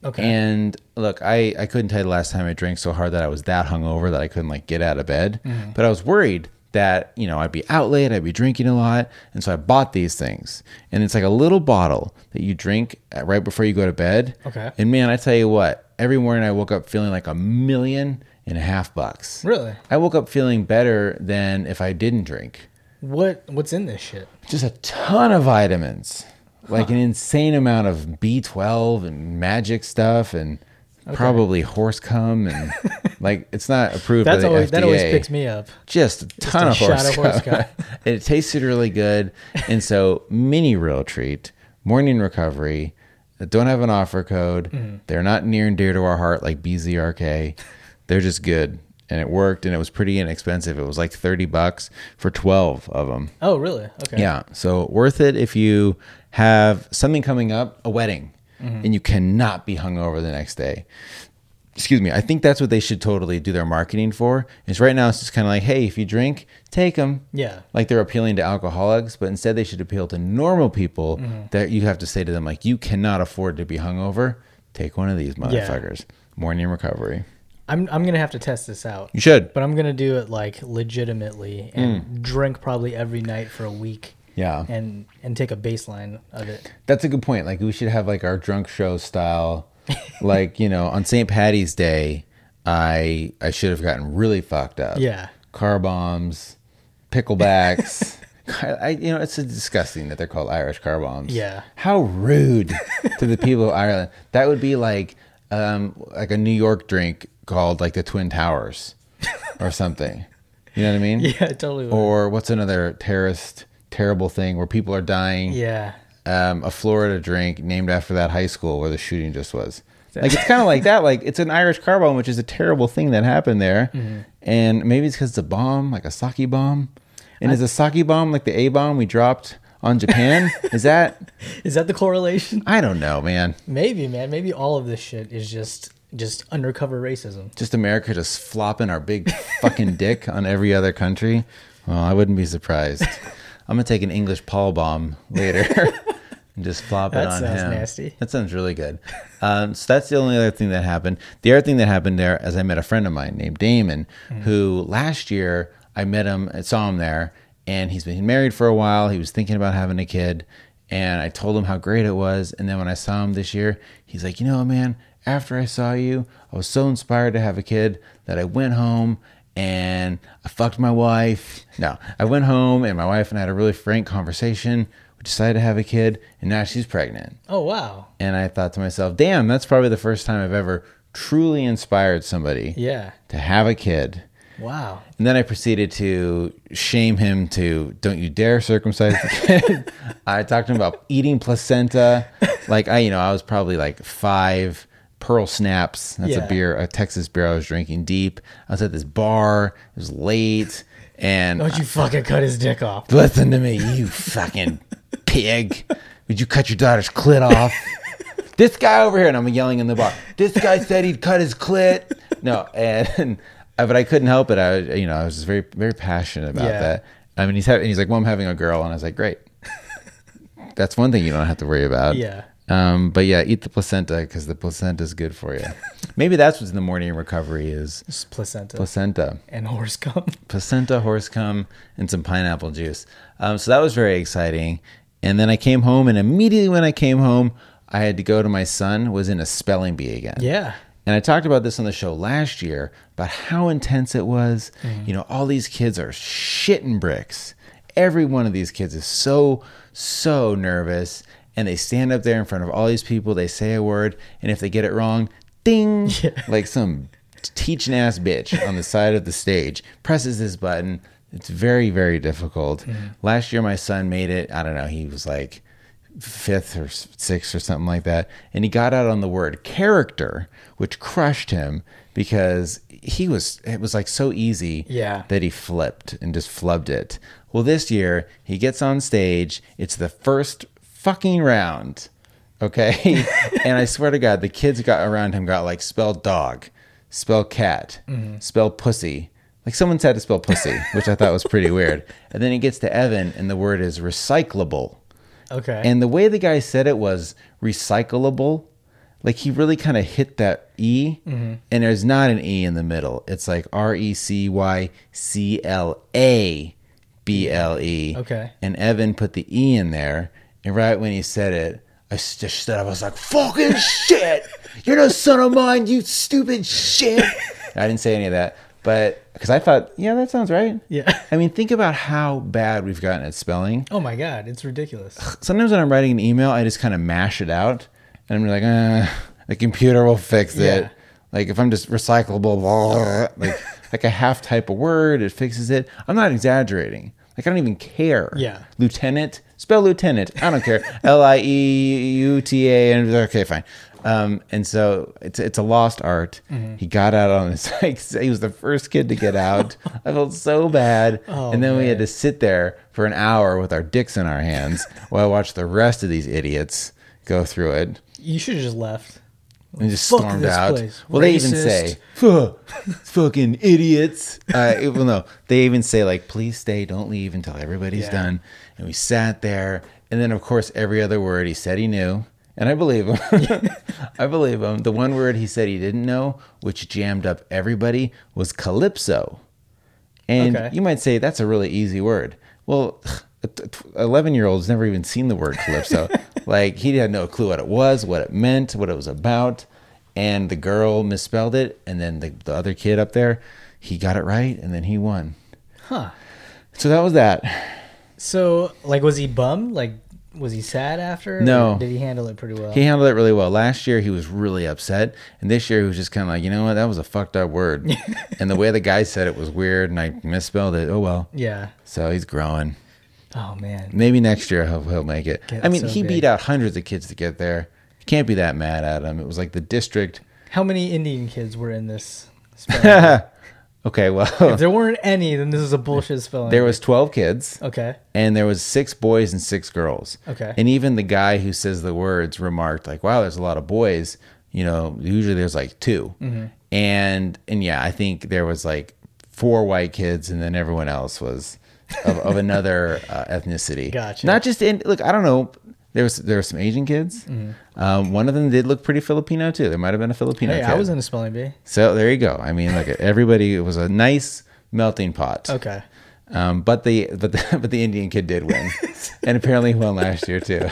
Speaker 2: Okay.
Speaker 1: And look, I,
Speaker 2: Mm-hmm.
Speaker 1: I couldn't tell you the last time I drank so hard that I was that hungover that I couldn't like get out of bed. But I was worried that you know I'd be out late, I'd be drinking a lot, and so I bought these things. And it's like a little bottle that you drink at- right before you go to bed.
Speaker 2: Okay.
Speaker 1: And man, I tell you what, every morning I woke up feeling like a million and a half bucks.
Speaker 2: Really?
Speaker 1: I woke up feeling better than if I didn't drink.
Speaker 2: What what's in this shit?
Speaker 1: Just a ton of vitamins. Like an insane amount of B12 and magic stuff and probably horse cum
Speaker 2: (laughs)
Speaker 1: and like it's not approved
Speaker 2: That's
Speaker 1: by the
Speaker 2: always
Speaker 1: FDA
Speaker 2: that always picks me up.
Speaker 1: just a ton
Speaker 2: a
Speaker 1: of horse,
Speaker 2: shot of horse
Speaker 1: (laughs) cum. it tasted really good, and so mini real treat morning recovery. That don't have an offer code.
Speaker 2: Mm-hmm.
Speaker 1: They're not near and dear to our heart like BZRK. They're just good, and it worked, and it was pretty inexpensive. It was like thirty bucks for twelve of them.
Speaker 2: Oh, really? Okay.
Speaker 1: Yeah, so worth it if you have something coming up, a wedding,
Speaker 2: Mm-hmm.
Speaker 1: and you cannot be hungover the next day. Excuse me. I think that's what they should totally do their marketing for. Is right now it's just kind of like, hey, if you drink, take them.
Speaker 2: Yeah.
Speaker 1: Like they're appealing to alcoholics, but instead they should appeal to normal people
Speaker 2: Mm-hmm.
Speaker 1: that you have to say to them like, you cannot afford to be hungover. Take one of these motherfuckers. Morning recovery.
Speaker 2: I'm I'm going to have to test this out.
Speaker 1: You should.
Speaker 2: But I'm going to do it like legitimately and drink probably every night for a week.
Speaker 1: Yeah.
Speaker 2: And and take a baseline of it.
Speaker 1: That's a good point. Like we should have like our drunk show
Speaker 2: (laughs)
Speaker 1: style. like you know, on St. Patty's Day, I I should have gotten really fucked up.
Speaker 2: Yeah.
Speaker 1: car bombs,
Speaker 2: (laughs)
Speaker 1: picklebacks. I, I you know it's disgusting that they're called Irish car bombs.
Speaker 2: Yeah.
Speaker 1: how
Speaker 2: (laughs)
Speaker 1: rude to the people of Ireland. That would be like um like a New York drink called like the Twin Towers or something. You know what I mean?
Speaker 2: (laughs) (laughs) Yeah, totally. would.
Speaker 1: Or what's another terrorist terrible thing where people are dying?
Speaker 2: yeah.
Speaker 1: um, a Florida drink named after that high school where the shooting just was. Like it's kind of like that. Like it's an Irish car bomb, which is a terrible thing that happened there.
Speaker 2: Mm-hmm.
Speaker 1: And maybe it's because it's a bomb, like a sake bomb. And is a sake bomb like the A bomb we dropped on Japan?
Speaker 2: (laughs)
Speaker 1: is that
Speaker 2: Is that the correlation? (laughs)
Speaker 1: I don't know, man.
Speaker 2: Maybe, man. Maybe all of this shit is just just undercover racism.
Speaker 1: Just America just flopping our big
Speaker 2: (laughs)
Speaker 1: fucking dick on every other country. Well, I wouldn't be
Speaker 2: (laughs)
Speaker 1: surprised. I'm gonna take an English Paul bomb later and just flop it
Speaker 2: That
Speaker 1: on
Speaker 2: sounds
Speaker 1: him.
Speaker 2: nasty.
Speaker 1: That sounds really good. Um, so that's the only other thing that happened. The other thing that happened there is I met a friend of mine named Damon, who last year I met him, I saw him there, and he's been married for a while. He was thinking about having a kid, and I told him how great it was. And then when I saw him this year, he's like, you know, man, after I saw you, I was so inspired to have a kid that I went home and I fucked my wife. No, I went home and my wife and I had a really frank conversation. We decided to have a kid, and now she's pregnant.
Speaker 2: Oh, wow.
Speaker 1: And I thought to myself, damn, that's probably the first time I've ever truly inspired somebody
Speaker 2: Yeah.
Speaker 1: to have a kid.
Speaker 2: Wow.
Speaker 1: And then I proceeded to shame him to don't you dare circumcise the kid. (laughs) I talked to him about eating placenta. Like I, you know, I was probably like five pearl snaps. That's
Speaker 2: Yeah.
Speaker 1: a beer, a Texas beer I was drinking deep. I was at this bar. It was late, and
Speaker 2: Don't you fucking cut his dick off.
Speaker 1: Listen to me, you fucking pig. Would you cut your daughter's clit off? this guy over here, and I'm yelling in the bar. This guy said he'd cut his clit. No, and uh, but I couldn't help it. I, was, you know, I was just very, very passionate about
Speaker 2: Yeah.
Speaker 1: that. I mean, he's having, he's like, well, I'm having a girl, and I was like, great. That's one thing you don't have to worry about.
Speaker 2: Yeah.
Speaker 1: Um, but yeah, eat the placenta because the placenta is good
Speaker 2: (laughs)
Speaker 1: for you. Maybe that's what's in the morning recovery is
Speaker 2: Just placenta
Speaker 1: placenta
Speaker 2: and horse cum. (laughs)
Speaker 1: placenta, horse cum, and some pineapple juice. Um, so that was very exciting. And then I came home, and immediately when I came home, I had to go to my son was in a spelling bee again.
Speaker 2: Yeah.
Speaker 1: And I talked about this on the show last year about how intense it was. You know, all these kids are shitting bricks. Every one of these kids is so, so nervous. And they stand up there in front of all these people, they say a word, and if they get it wrong, ding, like some teaching ass bitch on the side of the stage presses this button. It's very, very difficult. Last year, my son made it. I don't know. He was like, fifth or s- sixth or something like that. And he got out on the word character, which crushed him because he was, it was like so easy
Speaker 2: Yeah.
Speaker 1: that he flipped and just flubbed it. Well, this year he gets on stage. It's the first fucking round. Okay. (laughs) and I swear to God, the kids got around him got like spell dog, spell cat, spell pussy. Like someone's had to spell pussy, which I thought was pretty weird. And then he gets to Evan and the word is recyclable.
Speaker 2: Okay.
Speaker 1: And the way the guy said it was recyclable. like he really kind of hit that E,
Speaker 2: Mm-hmm.
Speaker 1: and there's not an E in the middle. It's like R E C Y C L A B L E.
Speaker 2: Okay.
Speaker 1: And Evan put the E in there, and right when he said it, I s- just stood up. I was like, "Fucking (laughs) shit! You're no son of mine, you stupid
Speaker 2: (laughs)
Speaker 1: shit!" I didn't say any of that, but because I thought, yeah, that sounds right.
Speaker 2: Yeah.
Speaker 1: I mean, think about how bad we've gotten at spelling
Speaker 2: Oh my god, it's (laughs) ridiculous.
Speaker 1: sometimes when I'm writing an email, I just kind of mash it out, and I'm like, uh, the computer will fix it.
Speaker 2: Yeah.
Speaker 1: Like if I'm just recyclable, blah, like
Speaker 2: (laughs)
Speaker 1: like a half type of word, it fixes it. I'm not exaggerating. Like I don't even care.
Speaker 2: Yeah.
Speaker 1: lieutenant, spell lieutenant. I don't care. L I E U T A. And okay, fine. Um, and so it's it's a lost art. He got out on his (laughs) like he was the first kid to get out. I felt so bad. and then we had to sit there for an hour with our dicks in our hands while I watched the rest of these idiots go through it
Speaker 2: You should have just left.
Speaker 1: and just
Speaker 2: Fuck
Speaker 1: stormed
Speaker 2: this
Speaker 1: out.
Speaker 2: place.
Speaker 1: Well, they even
Speaker 2: Racist.
Speaker 1: say, "Fuh,
Speaker 2: (laughs)
Speaker 1: "Fucking idiots." Uh, it- well, no, they even say like, "Please stay, don't leave until everybody's
Speaker 2: Yeah.
Speaker 1: done." And we sat there, and then of course every other word he said he knew, and I believe him.
Speaker 2: (laughs)
Speaker 1: (laughs) I believe him. The one word he said he didn't know, which jammed up everybody, was calypso. And
Speaker 2: Okay.
Speaker 1: you might say that's a really easy word. Well, eleven year old's never even seen the word
Speaker 2: (laughs)
Speaker 1: calypso. like he had no clue what it was, what it meant, what it was about. And the girl misspelled it, and then the, the other kid up there, he got it right, and then he won.
Speaker 2: Huh.
Speaker 1: So that was that.
Speaker 2: So, like, was he bummed? Like, was he sad after? or
Speaker 1: No.
Speaker 2: Did he handle it pretty well?
Speaker 1: He handled it really well. Last year he was really upset, and this year he was just kind of like, you know what, that was a fucked up
Speaker 2: (laughs)
Speaker 1: word, and the way the guy said it was weird, and I misspelled it. Oh well.
Speaker 2: yeah.
Speaker 1: So he's growing.
Speaker 2: Oh man.
Speaker 1: Maybe next year he'll, he'll make it.
Speaker 2: Get
Speaker 1: I mean,
Speaker 2: so
Speaker 1: he
Speaker 2: big.
Speaker 1: beat out hundreds of kids to get there. You can't be that mad at him. It was like the district.
Speaker 2: How many Indian kids were in this? Spelling?
Speaker 1: (laughs) okay, well, (laughs)
Speaker 2: if there weren't any, then this is a bullshit spelling.
Speaker 1: there was 12 kids
Speaker 2: Okay.
Speaker 1: and there was six boys and six girls.
Speaker 2: Okay.
Speaker 1: And even the guy who says the words remarked like, "Wow, there's a lot of boys." You know, usually there's like 2
Speaker 2: Mm-hmm.
Speaker 1: And and yeah, I think there was like four white kids and then everyone else was of, of
Speaker 2: (laughs)
Speaker 1: another uh, ethnicity.
Speaker 2: Gotcha.
Speaker 1: Not just in look, I don't know. There was there were some Asian kids. Um, one of them did look pretty Filipino too. There might have been a Filipino
Speaker 2: Mm-hmm. Hey,
Speaker 1: kid.
Speaker 2: I was in a spelling bee.
Speaker 1: so there you go. I mean, like everybody, it was a nice melting
Speaker 2: (laughs)
Speaker 1: pot.
Speaker 2: Okay.
Speaker 1: Um, but the but the (laughs) but the Indian kid did
Speaker 2: (laughs)
Speaker 1: win, and apparently he won last year too.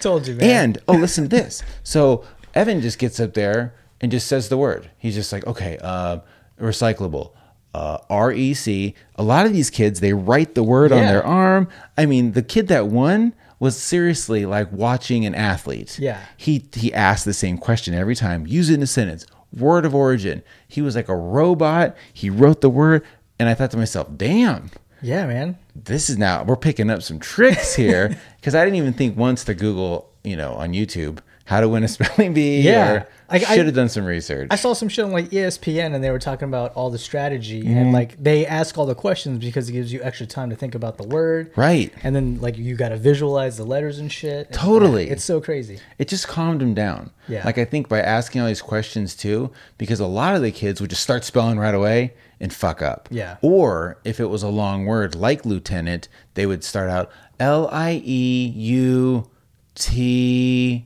Speaker 2: Told you, man.
Speaker 1: and oh, listen to this. So Evan just gets up there and just says the word. He's just like, okay, uh, recyclable, uh, R E C. A lot of these kids they write the word on
Speaker 2: Yeah.
Speaker 1: their arm. I mean, the kid that won was seriously like watching an athlete.
Speaker 2: Yeah.
Speaker 1: he he asked the same question every time. Use it in a sentence. Word of origin. He was like a robot. He wrote the word, and I thought to myself, damn
Speaker 2: yeah, man.
Speaker 1: this is now we're picking up some tricks
Speaker 2: (laughs)
Speaker 1: here because I didn't even think once to Google, you know, on YouTube how to win a spelling bee.
Speaker 2: Yeah.
Speaker 1: or- I
Speaker 2: Like, I-
Speaker 1: should have done some research.
Speaker 2: I saw some shit on like E ESPN, and they were talking about all the strategy,
Speaker 1: Mm-hmm.
Speaker 2: and like they ask all the questions because it gives you extra time to think about the word,
Speaker 1: Right.
Speaker 2: And then like you got to visualize the letters and shit.
Speaker 1: Totally.
Speaker 2: Yeah, it's so crazy.
Speaker 1: it just calmed him down.
Speaker 2: Yeah.
Speaker 1: Like I think by asking all these questions too, because a lot of the kids would just start spelling right away and fuck up.
Speaker 2: Yeah.
Speaker 1: Or if it was a long word like lieutenant, they would start out L I E U T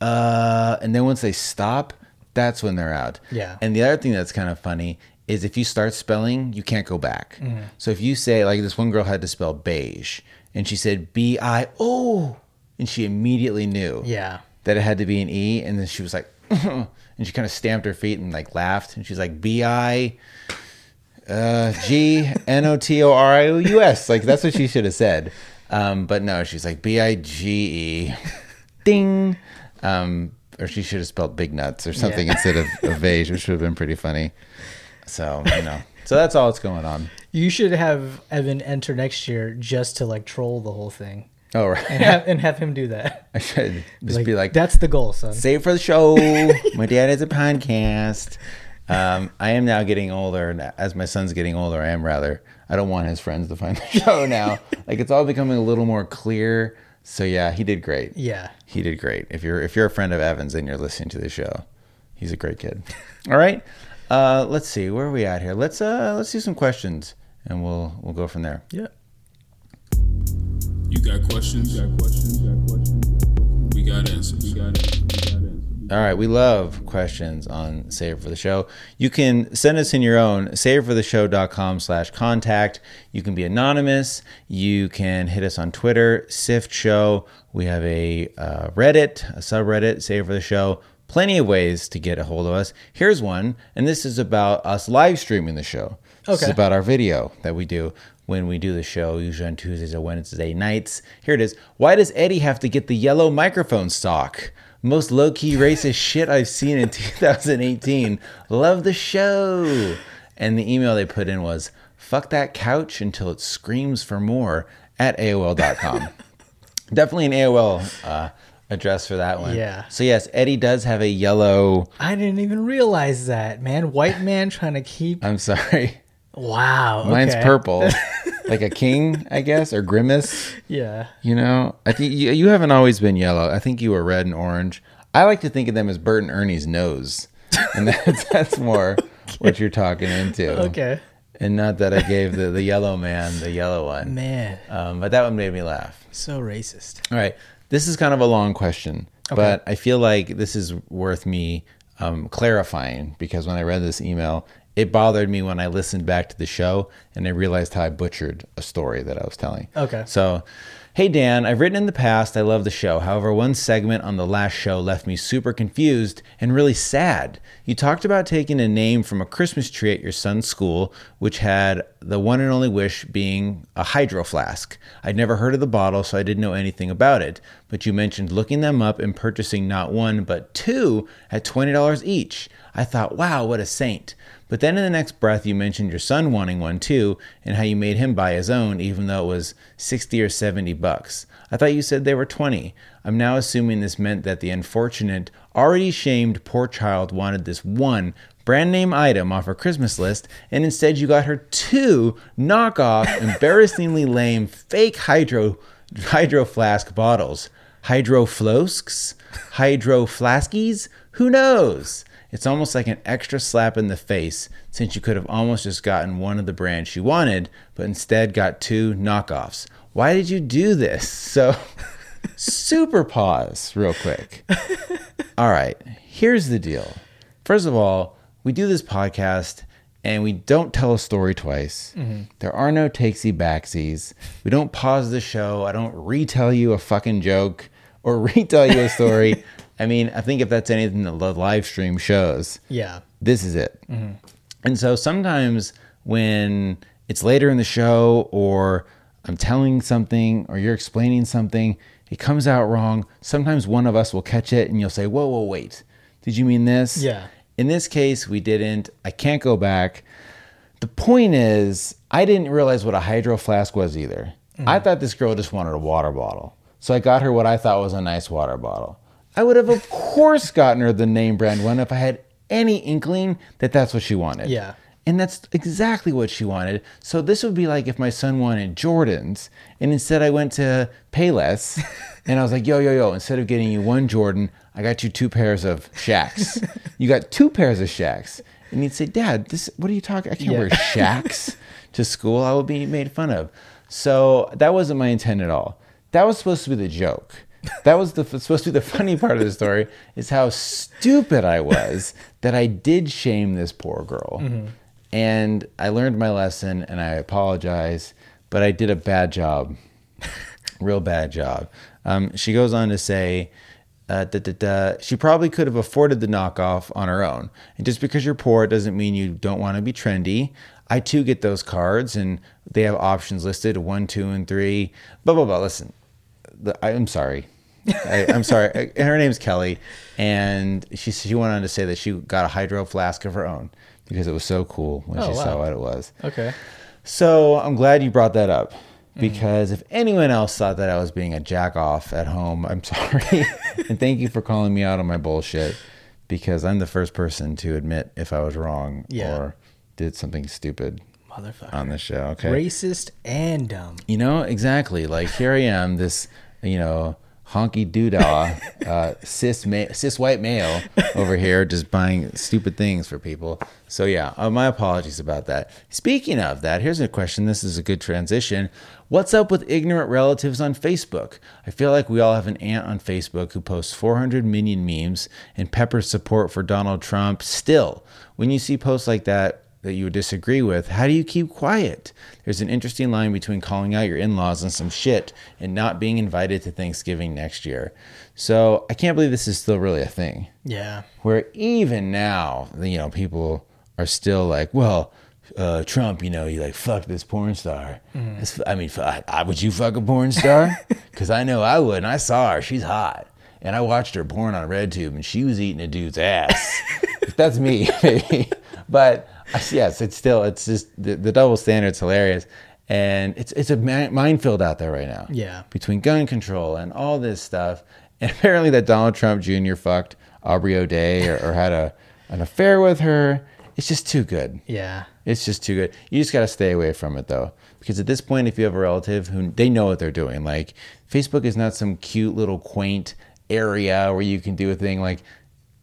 Speaker 1: uh and then once they stop, that's when they're out.
Speaker 2: Yeah.
Speaker 1: And the other thing that's kind of funny is if you start spelling, you can't go back.
Speaker 2: Mm-hmm.
Speaker 1: So if you say like this one girl had to spell beige and she said B I O and she immediately knew
Speaker 2: Yeah.
Speaker 1: that it had to be an E. And then she was like, (laughs) and she kind of stamped her feet and like laughed. And she's like, B I uh, G N O T O R I O U S. Like that's what she should have said. Um, but no, she's like, B I G E. Ding. Um, or she should have spelled big nuts or something
Speaker 2: Yeah.
Speaker 1: instead of, of beige, which would have been pretty funny. So, you know. So that's all that's going on.
Speaker 2: You should have Evan enter next year just to like troll the whole thing,
Speaker 1: Oh,
Speaker 2: and
Speaker 1: right. (laughs)
Speaker 2: have, and have him do that.
Speaker 1: I should just be like,
Speaker 2: that's the goal, son.
Speaker 1: save for the show. my dad has a podcast. Um, I am now getting older, and as my son's getting older, I am rather. I don't want his friends to find the show now. like it's all becoming a little more clear. So yeah, he did great.
Speaker 2: Yeah.
Speaker 1: He did great. If you're if you're a friend of Evans and you're listening to the show, he's a great kid. All right. Uh, let's see where are we at here. Let's uh, let's do some questions, and we'll we'll go from there.
Speaker 2: Yeah.
Speaker 3: You got questions? You got questions? You got questions? We got answers. We got answers. We got answers.
Speaker 1: All right, we love questions on Save for the Show. You can send us in your own, savefortheshow.com slash contact. You can be anonymous. You can hit us on Twitter, SIFT Show. We have a uh, Reddit, a subreddit, Save for the Show. Plenty of ways to get a hold of us. Here's one, and this is about us live streaming the show. This is
Speaker 2: Okay.
Speaker 1: about our video that we do when we do the show, usually on Tuesdays or Wednesday nights. Here it is. Why does Eddie have to get the yellow microphone stock? Most low key racist shit I've seen in (laughs) 2018. Love the show. And the email they put in was fuck that couch until it screams for more at AOL.com. (laughs) Definitely an AOL uh, address for that one.
Speaker 2: Yeah.
Speaker 1: So, yes, Eddie does have a yellow.
Speaker 2: I didn't even realize that, man. White man trying to keep.
Speaker 1: I'm sorry. (laughs)
Speaker 2: Wow.
Speaker 1: Mine's
Speaker 2: okay. (laughs)
Speaker 1: purple, like a king, I guess, or grimace.
Speaker 2: Yeah.
Speaker 1: You know, I think you, you haven't always been yellow. I think you were red and orange. I like to think of them as Bert and Ernie's nose, and that's (laughs) that's more what you're talking into.
Speaker 2: Okay.
Speaker 1: And not that I gave the, the yellow man the yellow one,
Speaker 2: Man,
Speaker 1: um, but that one made me laugh.
Speaker 2: so racist.
Speaker 1: All right, this is kind of a long question, but I feel like this is worth me um, clarifying because when I read this email, it bothered me when I listened back to the show and I realized how I butchered a story that I was telling.
Speaker 2: Okay.
Speaker 1: So, hey Dan, I've written in the past I love the show. However, one segment on the last show left me super confused and really sad. You talked about taking a name from a Christmas tree at your son's school, which had the one and only wish being a hydro flask. I'd never heard of the bottle, so I didn't know anything about it. But you mentioned looking them up and purchasing not one, but two at $20 each. I thought, wow, what a saint. But then in the next breath, you mentioned your son wanting one too, and how you made him buy his own, even though it was 60 or 70 bucks. I thought you said they were 20. I'm now assuming this meant that the unfortunate, already shamed poor child wanted this one brand name item off her Christmas list, and instead you got her two knockoff, (laughs) embarrassingly lame fake hydro hydro flask bottles. Hydro flosks? Hydro flaskies? Who knows? It's almost like an extra slap in the face since you could have almost just gotten one of the brands you wanted, but instead got two knockoffs. Why did you do this? (laughs) So, super pause real quick. All right, here's the deal. First of all, we do this podcast and we don't tell a story twice. There are no takesy backsies. We don't pause the show. I don't retell you a fucking joke or (laughs) retell you a story. I mean, I think if that's anything that the live stream shows,
Speaker 2: Yeah.
Speaker 1: this is it. And so sometimes when it's later in the show or I'm telling something or you're explaining something, it comes out wrong. Sometimes one of us will catch it and you'll say, Whoa, whoa, wait. Did you mean this?
Speaker 2: Yeah.
Speaker 1: In this case, we didn't. I can't go back. The point is, I didn't realize what a hydro flask was either. I thought this girl just wanted a water bottle. So I got her what I thought was a nice water bottle. I would have, of course, gotten her the name brand one if I had any inkling that that's what she wanted.
Speaker 2: Yeah.
Speaker 1: And that's exactly what she wanted. So this would be like if my son wanted Jordans, and instead I went to Payless, and I was like, "Yo, yo, yo! Instead of getting you one Jordan, I got you two pairs of Shacks. you got two pairs of Shacks." And he'd say, "Dad, this what are you talking? I can't
Speaker 2: Yeah.
Speaker 1: wear Shacks to school. I will be made fun of." So that wasn't my intent at all. That was supposed to be the joke. That was the supposed to be the (laughs) funny part of the story is how stupid I was that I did shame this poor girl. And I learned my lesson and I apologize, but I did a bad job. Real bad job. Um, she goes on to say, uh, da, da, da, she probably could have afforded the knockoff on her own. And just because you're poor doesn't mean you don't want to be trendy. I too get those cards and they have options listed one, two, and three. Blah, blah, blah. Listen, the, I, I'm sorry. I, I'm sorry. (laughs) I- and her name's Kelly, and she she went on to say that she got a hydro flask of her own because it was so cool when
Speaker 2: Oh,
Speaker 1: she
Speaker 2: wow.
Speaker 1: saw what it was.
Speaker 2: Okay.
Speaker 1: So I'm glad you brought that up because if anyone else thought that I was being a jack off at home, I'm (laughs) sorry. and thank you for calling me out on my bullshit because I'm the first person to admit if I was wrong
Speaker 2: Yeah.
Speaker 1: or did something stupid
Speaker 2: Motherfucker.
Speaker 1: on the show. Okay.
Speaker 2: Racist and dumb.
Speaker 1: You know, exactly. Like here I am, this, you know, honky doodah uh, cis ma- cis white male over here just buying stupid things for people. So yeah, uh, my apologies about that. Speaking of that, here's a question. This is a good transition. What's up with ignorant relatives on Facebook? I feel like we all have an aunt on Facebook who posts 400 minion memes and peppers support for Donald Trump. Still, when you see posts like that, that you would disagree with, how do you keep quiet? There's an interesting line between calling out your in laws on some shit and not being invited to Thanksgiving next year. So I can't believe this is still really a thing
Speaker 2: Yeah.
Speaker 1: where even now, you know, people are still like, well, uh, Trump, you know, you like fuck this porn star. This- I mean, fu- I, I- would you fuck a porn star? Because I know I would, and I saw her. She's hot, and I watched her porn on RedTube, and she was eating a dude's ass. That's me, (laughs) maybe. But uh, yes, it's still, it's just the, the double standard's hilarious, and it's it's a mi- minefield out there right now
Speaker 2: Yeah.
Speaker 1: between gun control and all this stuff. (laughs) And apparently, that Donald Trump Jr. fucked Aubrey O'Day or, or had a an affair with her. It's just too good.
Speaker 2: Yeah.
Speaker 1: It's just too good. You just got to stay away from it though, because at this point, if you have a relative who they know what they're doing, like Facebook is not some cute little quaint area where you can do a thing. Like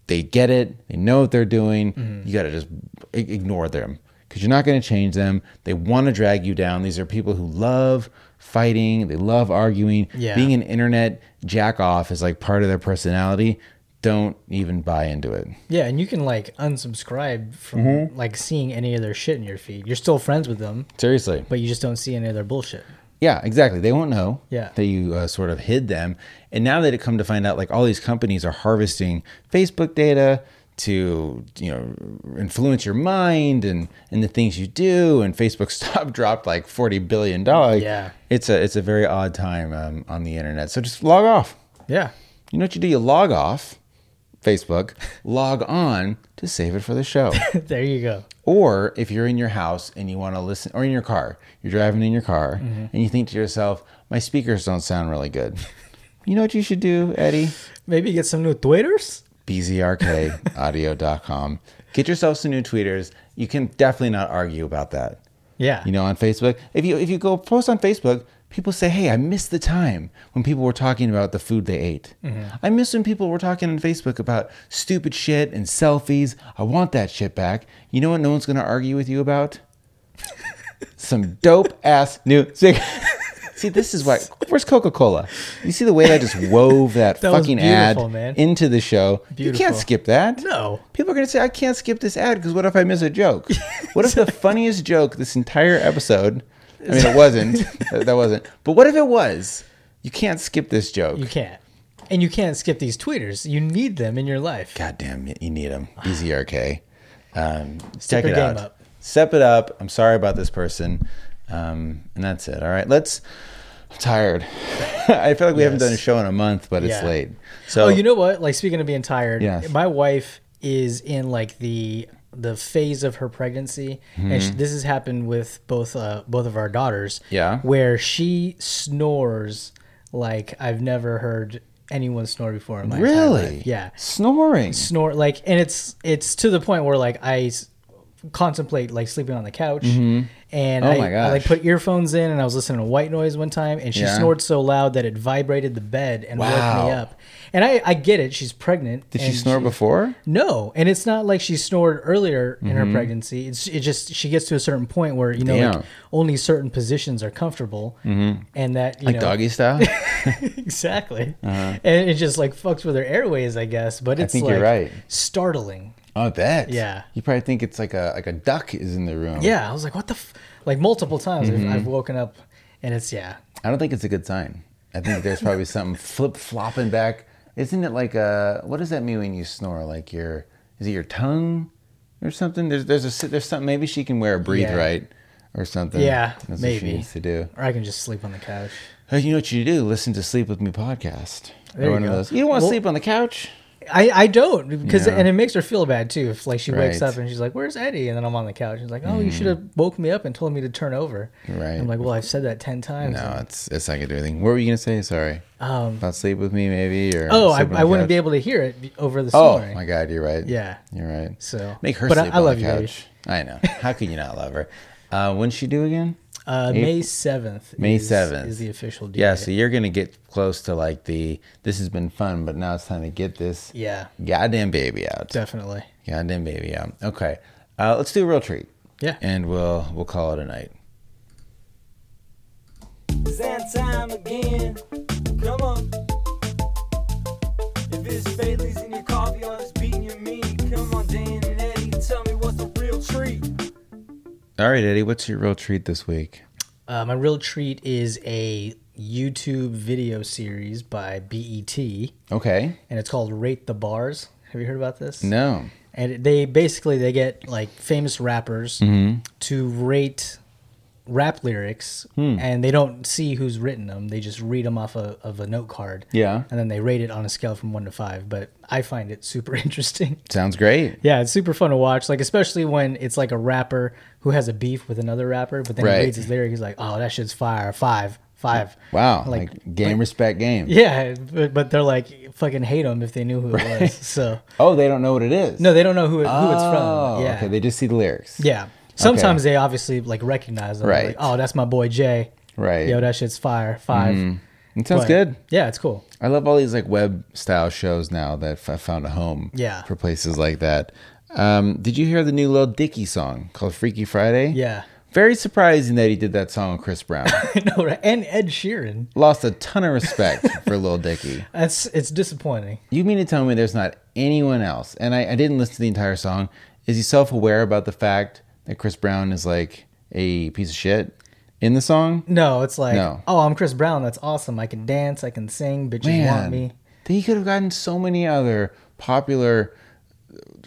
Speaker 1: they get it, they know what they're doing. You got to just i- ignore them because you're not going to change them. They want to drag you down. These are people who love fighting. They love arguing.
Speaker 2: Yeah.
Speaker 1: Being an internet jack off is like part of their personality. Don't even buy into it.
Speaker 2: Yeah, and you can like unsubscribe from
Speaker 1: Mm-hmm.
Speaker 2: like seeing any of their shit in your feed. You're still friends with them,
Speaker 1: Seriously.
Speaker 2: but you just don't see any of their bullshit.
Speaker 1: Yeah, exactly. They won't know
Speaker 2: Yeah.
Speaker 1: that you uh, sort of hid them. And now that it come to find out, like all these companies are harvesting Facebook data to you know influence your mind and and the things you do. And Facebook (laughs) stock dropped like forty billion dollars.
Speaker 2: Yeah.
Speaker 1: it's a it's a very odd time um, on the internet. So just log off.
Speaker 2: Yeah. (laughs)
Speaker 1: You know what you do? You log off Facebook, (laughs) log on to save it for the show.
Speaker 2: there you go.
Speaker 1: Or if you're in your house and you want to listen, or in your car, you're driving in your car and you think to yourself, my speakers don't sound really good. (laughs) you know what you should do, Eddie?
Speaker 2: Maybe get some new tweeters?
Speaker 1: BZRKaudio.com. Get yourself some new tweeters. You can definitely not argue about that.
Speaker 2: Yeah.
Speaker 1: You know, on Facebook, if you if you go post on Facebook, people say, "Hey, I miss the time when people were talking about the food they ate.
Speaker 2: Mm-hmm.
Speaker 1: I miss when people were talking on Facebook about stupid shit and selfies. I want that shit back. You know what? No one's gonna argue with you
Speaker 2: (laughs)
Speaker 1: about some dope ass new." Sig- (laughs) See, this is why. Where's Coca Cola? You see the way I just wove that,
Speaker 2: That was
Speaker 1: fucking ad
Speaker 2: beautiful, man.
Speaker 1: into the show. You can't
Speaker 2: Beautiful.
Speaker 1: skip that.
Speaker 2: No.
Speaker 1: People are going to say, I can't skip this ad because what if I miss a
Speaker 2: (laughs)
Speaker 1: joke? What if the funniest joke this entire episode, I mean,
Speaker 2: (laughs)
Speaker 1: it wasn't, that that wasn't, but what if it was? You can't skip this joke.
Speaker 2: You can't. And you can't skip these tweeters. You need them in your life.
Speaker 1: God damn, you need them. BZRK. Um, check
Speaker 2: Step your
Speaker 1: it
Speaker 2: game
Speaker 1: out.
Speaker 2: up.
Speaker 1: Step it up. I'm sorry about this person. Um, and that's it. All right. Let's, I'm tired. (laughs) I feel like we haven't
Speaker 2: Yes.
Speaker 1: done a show in a month, but it's
Speaker 2: Yeah.
Speaker 1: late. So,
Speaker 2: oh, you know what? Like speaking of being tired,
Speaker 1: Yes.
Speaker 2: my wife is in like the the phase of her pregnancy, and
Speaker 1: Mm-hmm.
Speaker 2: she, this has happened with both uh, both of our daughters.
Speaker 1: Yeah.
Speaker 2: where she snores like I've never heard anyone snore before in my entire
Speaker 1: really?
Speaker 2: life. Yeah,
Speaker 1: Snoring.
Speaker 2: snore like, and it's it's to the point where like I s- contemplate like sleeping on the couch. And
Speaker 1: Oh
Speaker 2: I,
Speaker 1: my
Speaker 2: I like
Speaker 1: gosh.
Speaker 2: put earphones in, and I was listening to white noise one time, and she
Speaker 1: Yeah.
Speaker 2: snored so loud that it vibrated the bed and woke
Speaker 1: Wow.
Speaker 2: me up. And I, I get it; she's pregnant.
Speaker 1: Did she snore before?
Speaker 2: No, and it's not like she snored earlier in her pregnancy. It's it just she gets to a certain point where you know
Speaker 1: Mm-hmm. Damn. Mm-hmm.
Speaker 2: like, only certain positions are comfortable, and that you
Speaker 1: Like
Speaker 2: know
Speaker 1: doggy style?
Speaker 2: (laughs) exactly, and it just like fucks with her airways, I guess. But it's
Speaker 1: think
Speaker 2: like
Speaker 1: you're right.
Speaker 2: startling.
Speaker 1: (laughs) I bet.
Speaker 2: Yeah.
Speaker 1: You probably think it's like a like a duck is in the room.
Speaker 2: Yeah, I was like, what the, f-? like multiple times I've,
Speaker 1: Mm-hmm.
Speaker 2: I've woken up, and it's yeah,
Speaker 1: I don't think it's a good sign. I think there's
Speaker 2: (laughs)
Speaker 1: probably something flip flopping back. Isn't it like a what does that mean when you snore? Like your is it your tongue or something? There's there's a si- there's something. Maybe she can wear a breathe
Speaker 2: Yeah.
Speaker 1: right or something.
Speaker 2: Yeah,
Speaker 1: That's what
Speaker 2: maybe.
Speaker 1: she needs to do.
Speaker 2: or I can just sleep on the couch.
Speaker 1: Uh, you know what you do? Listen to Sleep with Me podcast.
Speaker 2: There you
Speaker 1: one
Speaker 2: go.
Speaker 1: of those. You don't want to
Speaker 2: Well-
Speaker 1: sleep on the couch.
Speaker 2: I, I don't because
Speaker 1: Yeah.
Speaker 2: and it makes her feel bad too if like she wakes
Speaker 1: Right. Mm.
Speaker 2: up and she's like where's Eddie and then I'm on the couch and she's like oh you should have woke me up and told me to turn over
Speaker 1: Right.
Speaker 2: I'm like well I've said that ten times
Speaker 1: No, it's it's not gonna do anything. What were you gonna say? Sorry.
Speaker 2: um
Speaker 1: About sleep with me, maybe or
Speaker 2: oh I,
Speaker 1: sleep on
Speaker 2: I
Speaker 1: the
Speaker 2: wouldn't be
Speaker 1: couch?
Speaker 2: able to hear it be- over the
Speaker 1: Oh
Speaker 2: snoring
Speaker 1: my god, you're right.
Speaker 2: yeah
Speaker 1: You're right.
Speaker 2: so
Speaker 1: Make her
Speaker 2: but
Speaker 1: sleep
Speaker 2: I, I
Speaker 1: on
Speaker 2: love
Speaker 1: the
Speaker 2: you baby. (laughs)
Speaker 1: couch. I know. How could you not love her? Uh, when's she do again?
Speaker 2: Uh, May seventh.
Speaker 1: May
Speaker 2: is,
Speaker 1: 7th.
Speaker 2: is the official date.
Speaker 1: Yeah, so you're gonna get close to like the this has been fun, but now it's time to get this
Speaker 2: yeah,
Speaker 1: goddamn baby out.
Speaker 2: definitely.
Speaker 1: Goddamn baby out. Okay, uh, let's do a real treat,
Speaker 2: Yeah.
Speaker 1: and we'll we'll call it a night.
Speaker 3: It's that time again. Come on. If it's Bailey's in your coffee or it's beating your meat, come on, Dan and Eddie, tell me what's the real treat.
Speaker 1: All right, Eddie, what's your real treat this week?
Speaker 2: Uh, my real treat is a YouTube video series by BET, and
Speaker 1: Okay,
Speaker 2: it's called "Rate the Bars." Have you heard about this?
Speaker 1: no,
Speaker 2: and they basically they get like famous rappers
Speaker 1: Mm-hmm.
Speaker 2: to rate rap lyrics
Speaker 1: Hmm.
Speaker 2: and they don't see who's written them they just read them off a, of a note card
Speaker 1: Yeah.
Speaker 2: and then they rate it on a scale from one to five but i find it super (laughs) interesting
Speaker 1: sounds great.
Speaker 2: yeah it's super fun to watch like especially when it's like a rapper who has a beef with another rapper but then
Speaker 1: Right.
Speaker 2: he reads his lyric he's like oh that shit's fire five five
Speaker 1: Wow, like,
Speaker 2: Like-
Speaker 1: game respect game.
Speaker 2: (laughs) yeah but, but they're like fucking hate him if they knew who it was so
Speaker 1: Oh, they don't know what it is.
Speaker 2: no they don't know who, it, who it's
Speaker 1: Oh,
Speaker 2: from yeah
Speaker 1: okay. They just see the lyrics.
Speaker 2: Yeah. Sometimes they obviously like recognize them. They're
Speaker 1: Right.
Speaker 2: Like, oh, that's my boy Jay.
Speaker 1: Right.
Speaker 2: Yo, that shit's fire. Five.
Speaker 1: it sounds
Speaker 2: But-
Speaker 1: good.
Speaker 2: Yeah, it's cool.
Speaker 1: I love all these like web style shows now that f- I found a home.
Speaker 2: Yeah.
Speaker 1: For places like that. Um, did you hear the new Lil Dicky song called Freaky Friday?
Speaker 2: Yeah. (laughs)
Speaker 1: Very surprising that he did that song with Chris Brown.
Speaker 2: no, right. And Ed Sheeran.
Speaker 1: Lost a ton of respect for Lil Dicky.
Speaker 2: That's it's disappointing.
Speaker 1: You mean to tell me there's not anyone else? And I, I didn't listen to the entire song. Is he self aware about the fact that Chris Brown is like a piece of shit in the song?
Speaker 2: No, it's like,
Speaker 1: No.
Speaker 2: oh, I'm Chris Brown. That's awesome. I can dance. I can sing. Bitches want me.
Speaker 1: He could have gotten so many other popular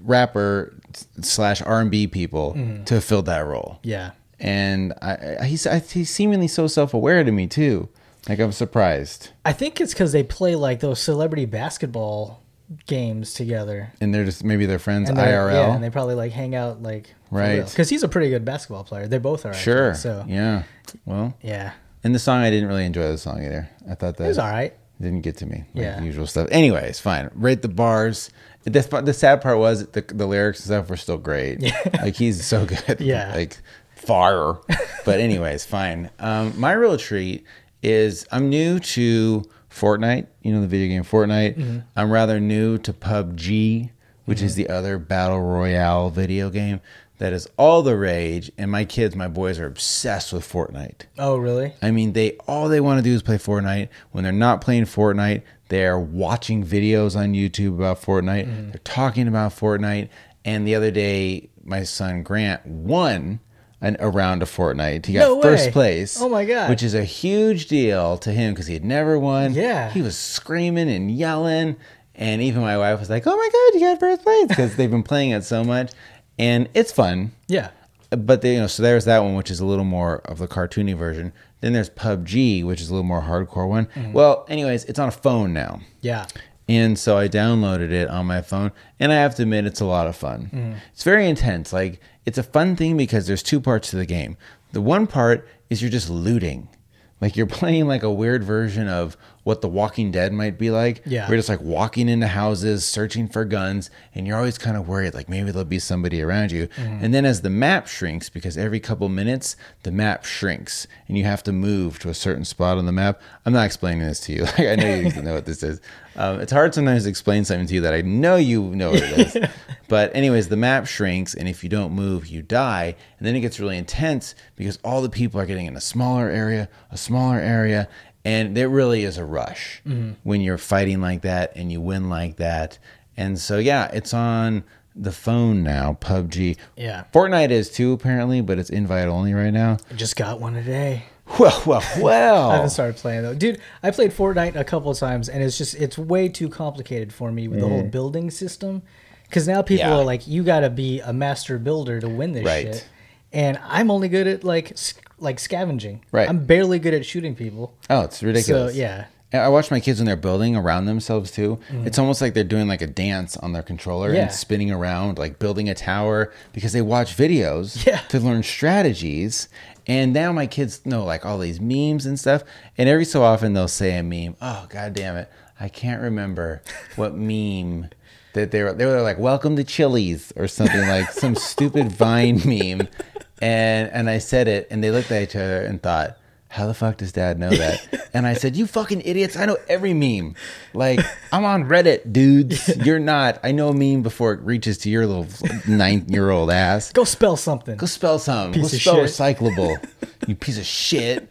Speaker 1: rapper slash R and B people to have filled that role.
Speaker 2: Mm-hmm. Yeah.
Speaker 1: And I, I, he's I, he's seemingly so self aware to me too. Like I'm surprised,
Speaker 2: I think it's because they play like those celebrity basketball games together.
Speaker 1: and they're just maybe their friends
Speaker 2: they're-
Speaker 1: IRL.
Speaker 2: Yeah, and they probably like hang out like
Speaker 1: Right.
Speaker 2: Because he's a pretty good basketball player. They both are. actually,
Speaker 1: sure.
Speaker 2: so yeah.
Speaker 1: Yeah. Well,
Speaker 2: yeah.
Speaker 1: and the song I didn't really enjoy the song either. I thought that
Speaker 2: It was all right.
Speaker 1: didn't get to me. Like
Speaker 2: Yeah.
Speaker 1: usual stuff. Anyway, it's fine. Rate the bars. The, the sad part was the, the lyrics and stuff were still great. (laughs) Like he's so good. (laughs)
Speaker 2: Yeah.
Speaker 1: Like fire. But anyway, it's fine. Um, my real treat is I'm new to Fortnite. You know the video game Fortnite.
Speaker 2: Mm-hmm.
Speaker 1: I'm rather new to PUBG, which is the other battle royale video game that is all the rage. And my kids, my boys, are obsessed with Fortnite.
Speaker 2: Oh, really?
Speaker 1: I mean, they all they want to do is play Fortnite. When they're not playing Fortnite, they're watching videos on YouTube about Fortnite.
Speaker 2: Mm-hmm.
Speaker 1: They're talking about Fortnite. And the other day, my son Grant won an, a round of Fortnite. He got
Speaker 2: No way.
Speaker 1: first place.
Speaker 2: Oh my God.
Speaker 1: Which is a huge deal to him because he had never won.
Speaker 2: Yeah.
Speaker 1: he was screaming and yelling, and even my wife was like, "Oh my God, you got first place!" Because they've been playing it so much, and it's fun
Speaker 2: Yeah.
Speaker 1: but they, you know, so there's that one, which is a little more of the cartoony version. Then there's PUBG, which is a little more hardcore one. Well, anyways, it's on a phone now,
Speaker 2: Yeah.
Speaker 1: and so I downloaded it on my phone, and I have to admit, it's a lot of fun. It's very intense. Like it's a fun thing because there's two parts to the game. The one part is you're just looting. Like you're (laughs) playing like a weird version of what The Walking Dead might be like.
Speaker 2: Yeah.
Speaker 1: Where it's like walking into houses, searching for guns, and you're always kind of worried, like maybe there'll be somebody around you. And then as the map shrinks, because every couple minutes the map shrinks and you have to move to a certain spot on the map. I'm not explaining this to you. (laughs) Like I know you know what this is. Um, it's hard sometimes to explain something to you that I know you know what it is. but anyways, the map shrinks, and if you don't move, you die. And then it gets really intense because all the people are getting in a smaller area, a smaller area, and there really is a rush
Speaker 2: Mm-hmm.
Speaker 1: when you're fighting like that and you win like that. And so, yeah, it's on the phone now, PUBG.
Speaker 2: Yeah.
Speaker 1: Fortnite is too, apparently, but it's invite only right now. (laughs)
Speaker 2: I just got one today.
Speaker 1: Well, well,
Speaker 2: (laughs) I haven't
Speaker 1: well.
Speaker 2: started playing though, dude. I played Fortnite a couple of times, and it's just it's way too complicated for me with the whole building system. Because now people
Speaker 1: Mm. Yeah.
Speaker 2: are like, you gotta be a master builder to win this
Speaker 1: Right.
Speaker 2: shit, and I'm only good at like sc- like scavenging.
Speaker 1: Right.
Speaker 2: I'm barely good at shooting people.
Speaker 1: oh, it's ridiculous.
Speaker 2: So yeah, Mm-hmm.
Speaker 1: And I watch my kids when they're building around themselves too. It's almost like they're doing like a dance on their controller
Speaker 2: Yeah.
Speaker 1: and spinning around, like building a tower because they watch videos
Speaker 2: Yeah.
Speaker 1: to learn strategies. And now my kids know like all these memes and stuff. And every so often they'll say a meme. Oh god damn it. I can't remember what meme that they were they were like, Welcome to Chili's or something like some stupid Vine meme. and and I said it, and they looked at each other and thought, "How the fuck does Dad know that?" and I said, "You fucking idiots! I know every meme. Like I'm on Reddit, dudes. You're not. I know a meme before it reaches to your little nine-year-old ass.
Speaker 2: Go spell something.
Speaker 1: Go spell some. Go
Speaker 2: Piece of
Speaker 1: spell
Speaker 2: shit.
Speaker 1: recyclable.
Speaker 2: (laughs)
Speaker 1: you piece of shit."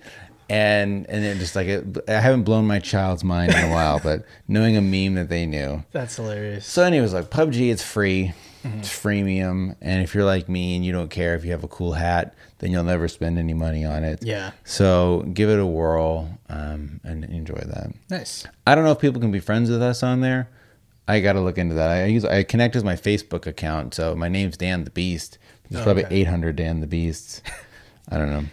Speaker 1: And and then just like it, I haven't blown my child's mind in a while, but knowing a meme that they knew.
Speaker 2: That's hilarious.
Speaker 1: So, anyways, like PUBG, it's free,
Speaker 2: Mm-hmm.
Speaker 1: it's freemium, and if you're like me and you don't care if you have a cool hat, then you'll never spend any money on it.
Speaker 2: Yeah.
Speaker 1: So give it a whirl um, and enjoy that.
Speaker 2: Nice.
Speaker 1: I don't know if people can be friends with us on there. I got to look into that. I use I connect with my Facebook account, so my name's Dan the Beast. There's probably
Speaker 2: Oh, okay.
Speaker 1: 800 Dan the Beasts. I don't know.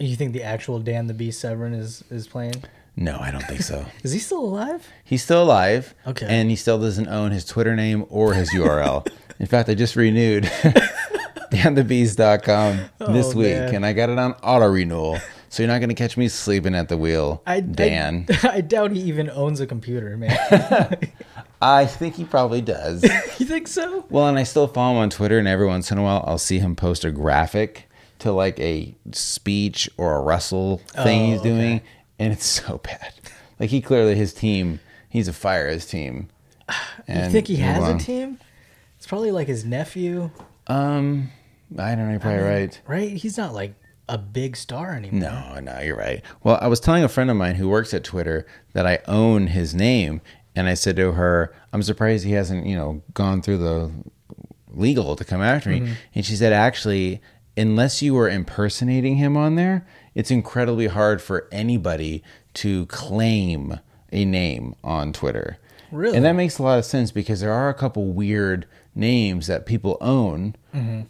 Speaker 2: You think the actual Dan the Beast Severin is is playing?
Speaker 1: No, I don't think
Speaker 2: (laughs)
Speaker 1: so.
Speaker 2: Is he still alive?
Speaker 1: He's still alive.
Speaker 2: Okay.
Speaker 1: And he still doesn't own his Twitter name or his URL. In fact, I just renewed (laughs) danthebees.com this
Speaker 2: Oh,
Speaker 1: week
Speaker 2: man.
Speaker 1: and I got it on auto renewal. So you're not going to catch me sleeping at the wheel,
Speaker 2: I
Speaker 1: Dan.
Speaker 2: (laughs) I, I doubt he even owns a computer, man.
Speaker 1: (laughs) I, think he probably does.
Speaker 2: you think so?
Speaker 1: well, and I still follow him on Twitter, and every once in a while, I'll see him post a graphic to like a speech or a wrestle thing
Speaker 2: Oh,
Speaker 1: he's doing, and it's (laughs) so bad. Like he clearly his team, he's a fire his team.
Speaker 2: (sighs) you
Speaker 1: And
Speaker 2: think he
Speaker 1: move
Speaker 2: has
Speaker 1: on.
Speaker 2: a team? It's probably like his nephew,
Speaker 1: Um, I don't know. You're probably right.
Speaker 2: right? He's not like a big star anymore.
Speaker 1: No, no, you're right. Well, I was telling a friend of mine who works at Twitter that I own his name, and I said to her, "I'm surprised he hasn't, you know, gone through the legal to come after me." And she said, "Actually, unless you were impersonating him on there, it's incredibly hard for anybody to claim a name on Twitter."
Speaker 2: Really?
Speaker 1: And that makes a lot of sense because there are a couple weird names that people own,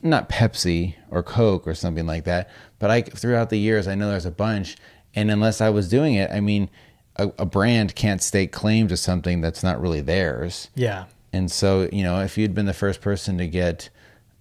Speaker 1: not Pepsi or Coke or something like that. But I, throughout the years, I know there's a bunch. And unless I was doing it, I mean, a, a brand can't stake claim to something that's not really theirs.
Speaker 2: Yeah.
Speaker 1: And so, you know, if you'd been the first person to get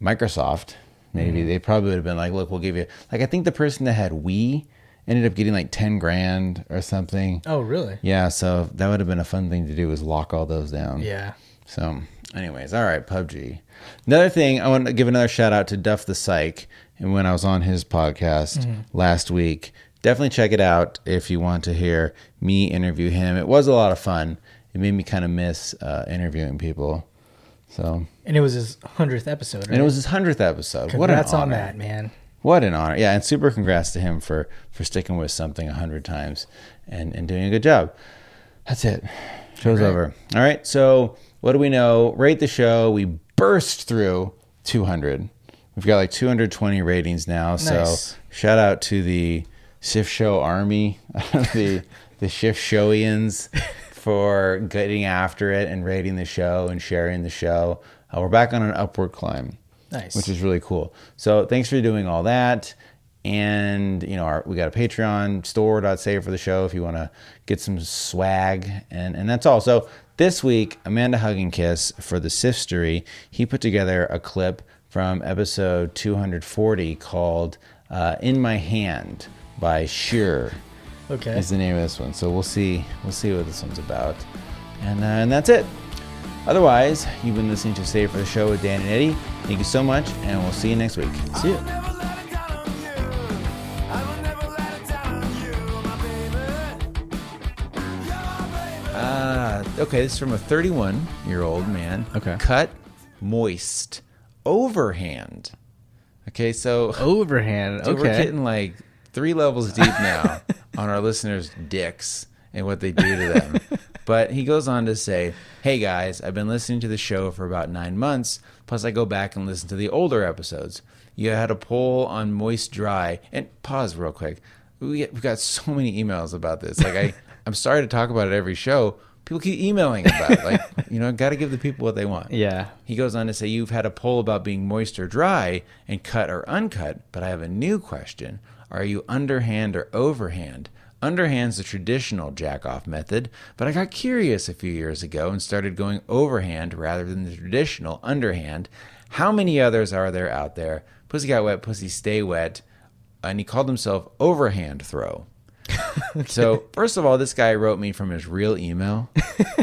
Speaker 1: Microsoft, maybe
Speaker 2: Mm-hmm.
Speaker 1: they probably would have been like, look, we'll give you, like, I think the person that had Wii ended up getting like 10 grand or something.
Speaker 2: Oh, really?
Speaker 1: Yeah, so that would have been a fun thing to do is lock all those down.
Speaker 2: Yeah.
Speaker 1: So, anyways, all right, PUBG. Another thing, I want to give another shout out to Duff the Psych. And when I was on his podcast
Speaker 2: Mm-hmm.
Speaker 1: last week, definitely check it out if you want to hear me interview him. It was a lot of fun. It made me kind of miss uh, interviewing people. So,
Speaker 2: And it was his hundredth episode. Right?
Speaker 1: and it was his hundredth episode. what an
Speaker 2: Congrats
Speaker 1: honor.
Speaker 2: on that, man.
Speaker 1: What an honor. Yeah, and super congrats to him for for sticking with something a hundred times and, and doing a good job. That's it. Show's over. All right. So what do we know? Rate the show. We burst through two hundred. We've got like two hundred twenty ratings now.
Speaker 2: Nice.
Speaker 1: So shout out to the Shift Show Army, (laughs) the the Shift Showians for getting after it and rating the show and sharing the show. Uh, we're back on an upward climb
Speaker 2: Nice.
Speaker 1: which is really cool. So thanks for doing all that. And you know, our, we got a Patreon store.save for the show if you want to get some swag, and and that's all. So this week, Amanda Hug and Kiss for the Sistery, he put together a clip from episode 240 called uh, "In My Hand" by Sheer
Speaker 2: okay.
Speaker 1: is the name of this one. So we'll see. We'll see what this one's about. And uh, and that's it. Otherwise, you've been listening to Save for the Show with Dan and Eddie. Thank you so much, and we'll see you next week.
Speaker 2: See ya.
Speaker 1: Uh, okay, this is from a 31 year old man.
Speaker 4: Okay.
Speaker 1: Cut, moist, overhand. Okay, so
Speaker 4: Overhand.
Speaker 1: dude, we're
Speaker 4: Okay.
Speaker 1: getting like three levels
Speaker 4: (laughs)
Speaker 1: deep now on our listeners' dicks and what they do to
Speaker 4: (laughs)
Speaker 1: them. but he goes on to say, Hey guys, I've been listening to the show for about nine months. Plus, I go back and listen to the older episodes. You had a poll on moist dry. And pause real quick. We get, we got so many emails about this.
Speaker 4: (laughs)
Speaker 1: Like, I, I'm sorry to talk about it every show. People keep emailing about it. Like, you know, got to give the people what they want.
Speaker 4: Yeah.
Speaker 1: He goes on to say, You've had a poll about being moist or dry and cut or uncut, but I have a new question. Are you underhand or overhand? Underhand's the traditional jack off method, but I got curious a few years ago and started going overhand rather than the traditional underhand. How many others are there out there? Pussy got wet, pussy stay wet, and he called himself overhand throw. So, first of all, this guy wrote me from his real email,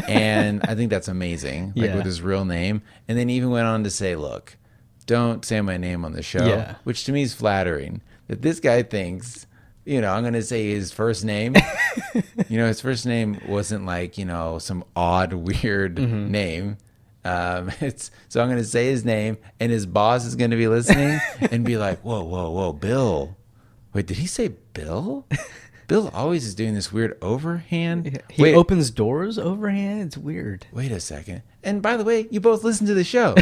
Speaker 1: and I think that's amazing. Like
Speaker 4: Yeah.
Speaker 1: with his real name, and then even went on to say, "Look, don't say my name on the show,
Speaker 2: Yeah.
Speaker 1: which to me is flattering. That this guy thinks, you know, I'm going to say his first name. you know, his first name wasn't like, you know, some odd, (laughs) weird name. Um, (laughs) it's so I'm going to say his name, and his boss is going to be listening and be like, whoa, whoa, whoa, Bill. Wait, did he say Bill? Bill always is doing this weird overhand.
Speaker 2: He
Speaker 1: Wait,
Speaker 2: opens doors overhand. It's weird.
Speaker 1: wait a second. And by the way, you both listen to the show.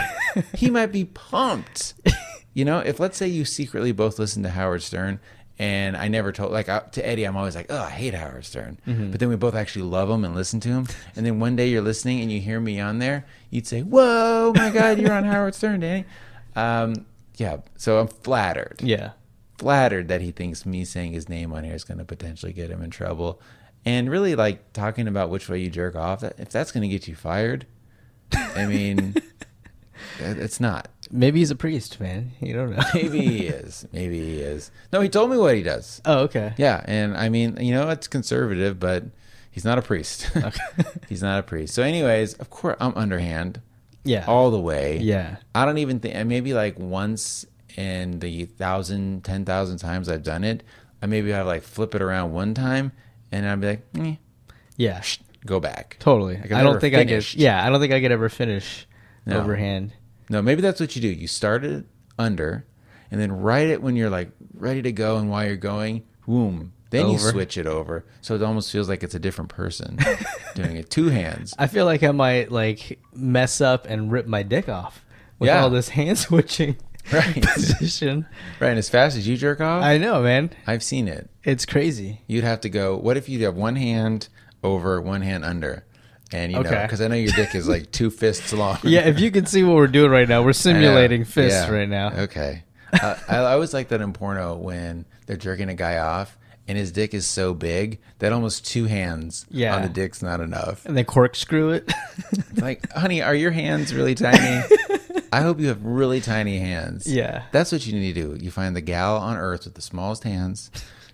Speaker 1: he might be pumped. You know, if let's say you secretly both listen to Howard Stern, and I never told, like I, to Eddie, I'm always like, oh, I hate Howard Stern. But then we both actually love him and listen to him. And then one day you're listening and you hear me on there, you'd say, whoa, my God, you're on Howard Stern, Danny. Um, yeah, so I'm flattered
Speaker 2: Yeah.
Speaker 1: flattered that he thinks me saying his name on here is going to potentially get him in trouble. And really, like talking about which way you jerk off, that, if that's going to get you fired, I mean, it- it's not.
Speaker 2: Maybe he's a priest, man. You don't know.
Speaker 1: Maybe he is. Maybe he is. No, he told me what he does.
Speaker 2: (laughs) oh, okay.
Speaker 1: Yeah, and I mean, you know, it's conservative, but he's not a priest. (laughs) he's not a priest. So, anyways, of course, I'm underhand
Speaker 2: Yeah.
Speaker 1: all the way.
Speaker 2: yeah.
Speaker 1: I don't even think, and maybe like once in the thousand, ten thousand times I've done it, I maybe have like flip it around one time and I'd be like, eh,
Speaker 2: Yeah.
Speaker 1: go back.
Speaker 2: Totally.
Speaker 1: Like, I've
Speaker 2: I don't
Speaker 1: never
Speaker 2: think
Speaker 1: finished.
Speaker 2: I could. Yeah, I don't think I could ever finish
Speaker 1: No.
Speaker 2: overhand.
Speaker 1: No, maybe that's what you do. You start it under and then right it when you're like ready to go and while you're going, boom. Then you
Speaker 2: Over.
Speaker 1: switch it over. So it almost feels like it's a different person doing it. Two hands. (laughs)
Speaker 2: I feel like I might like mess up and rip my dick off with
Speaker 1: Yeah.
Speaker 2: all this (laughs) hand switching
Speaker 1: Right.
Speaker 2: position.
Speaker 1: Right. And as fast as you jerk off,
Speaker 2: I know, man.
Speaker 1: I've seen it.
Speaker 2: It's crazy.
Speaker 1: You'd have to go. What if you have one hand over, one hand under, and you know, 'cause know,
Speaker 2: Okay.
Speaker 1: because I know your dick is like two fists long.
Speaker 2: (laughs) Yeah, if you can see what we're doing right now, we're
Speaker 1: I know.
Speaker 2: simulating fists
Speaker 1: Yeah.
Speaker 2: right now.
Speaker 1: Okay, uh, I I always like that in porno when they're jerking a guy off. And his dick is so big that almost two hands
Speaker 2: Yeah.
Speaker 1: on the dick's not enough.
Speaker 2: And then corkscrew it.
Speaker 1: It's like, honey, are your hands really tiny? I hope you have really tiny hands.
Speaker 2: Yeah.
Speaker 1: That's what you need to do. You find the gal on earth with the smallest hands,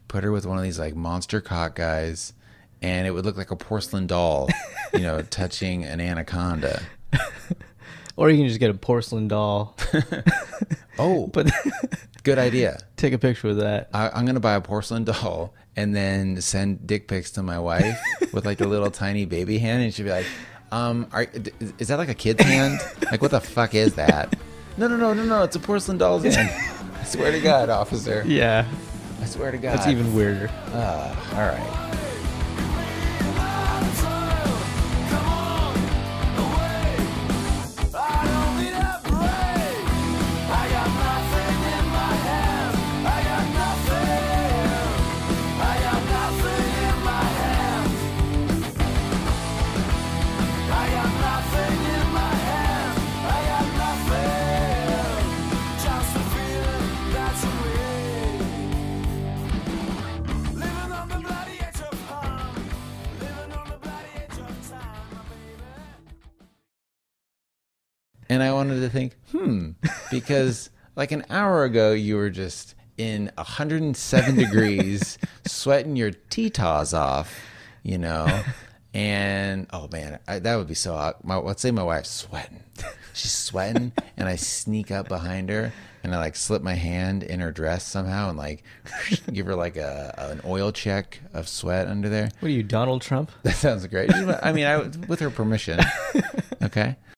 Speaker 1: put her with one of these like monster cock guys, and it would look like a porcelain doll, you know, (laughs) touching an anaconda.
Speaker 2: or you can just get a porcelain doll. (laughs)
Speaker 1: Oh,
Speaker 2: But (laughs)
Speaker 1: good idea.
Speaker 2: take a picture with that.
Speaker 1: I, I'm going to buy a porcelain doll and then send dick pics to my wife with like a
Speaker 2: (laughs)
Speaker 1: little tiny baby hand, and she'd be like, "Um, are, d- is that like a kid's hand? Like, what the fuck is that?" No, no, no, no, no. It's a porcelain doll's
Speaker 2: (laughs)
Speaker 1: hand. I swear to God, officer.
Speaker 2: Yeah.
Speaker 1: I swear to God.
Speaker 2: That's even weirder.
Speaker 1: All right.
Speaker 3: Just a feeling that's real. Living on the bloody edge of harm. Living on the bloody edge of time, my baby.
Speaker 1: And I wanted to think, hmm, because like an hour ago, you were just in 107 degrees, sweating your titas off, you know. And oh man, I, that would be so. aw- My, let's say my wife's sweating. She's sweating, and I sneak up behind her and I like slip my hand in her dress somehow and like (laughs) give her like a an oil check of sweat under there.
Speaker 2: What are you, Donald Trump?
Speaker 1: That sounds great. I mean, I, with her permission. Okay.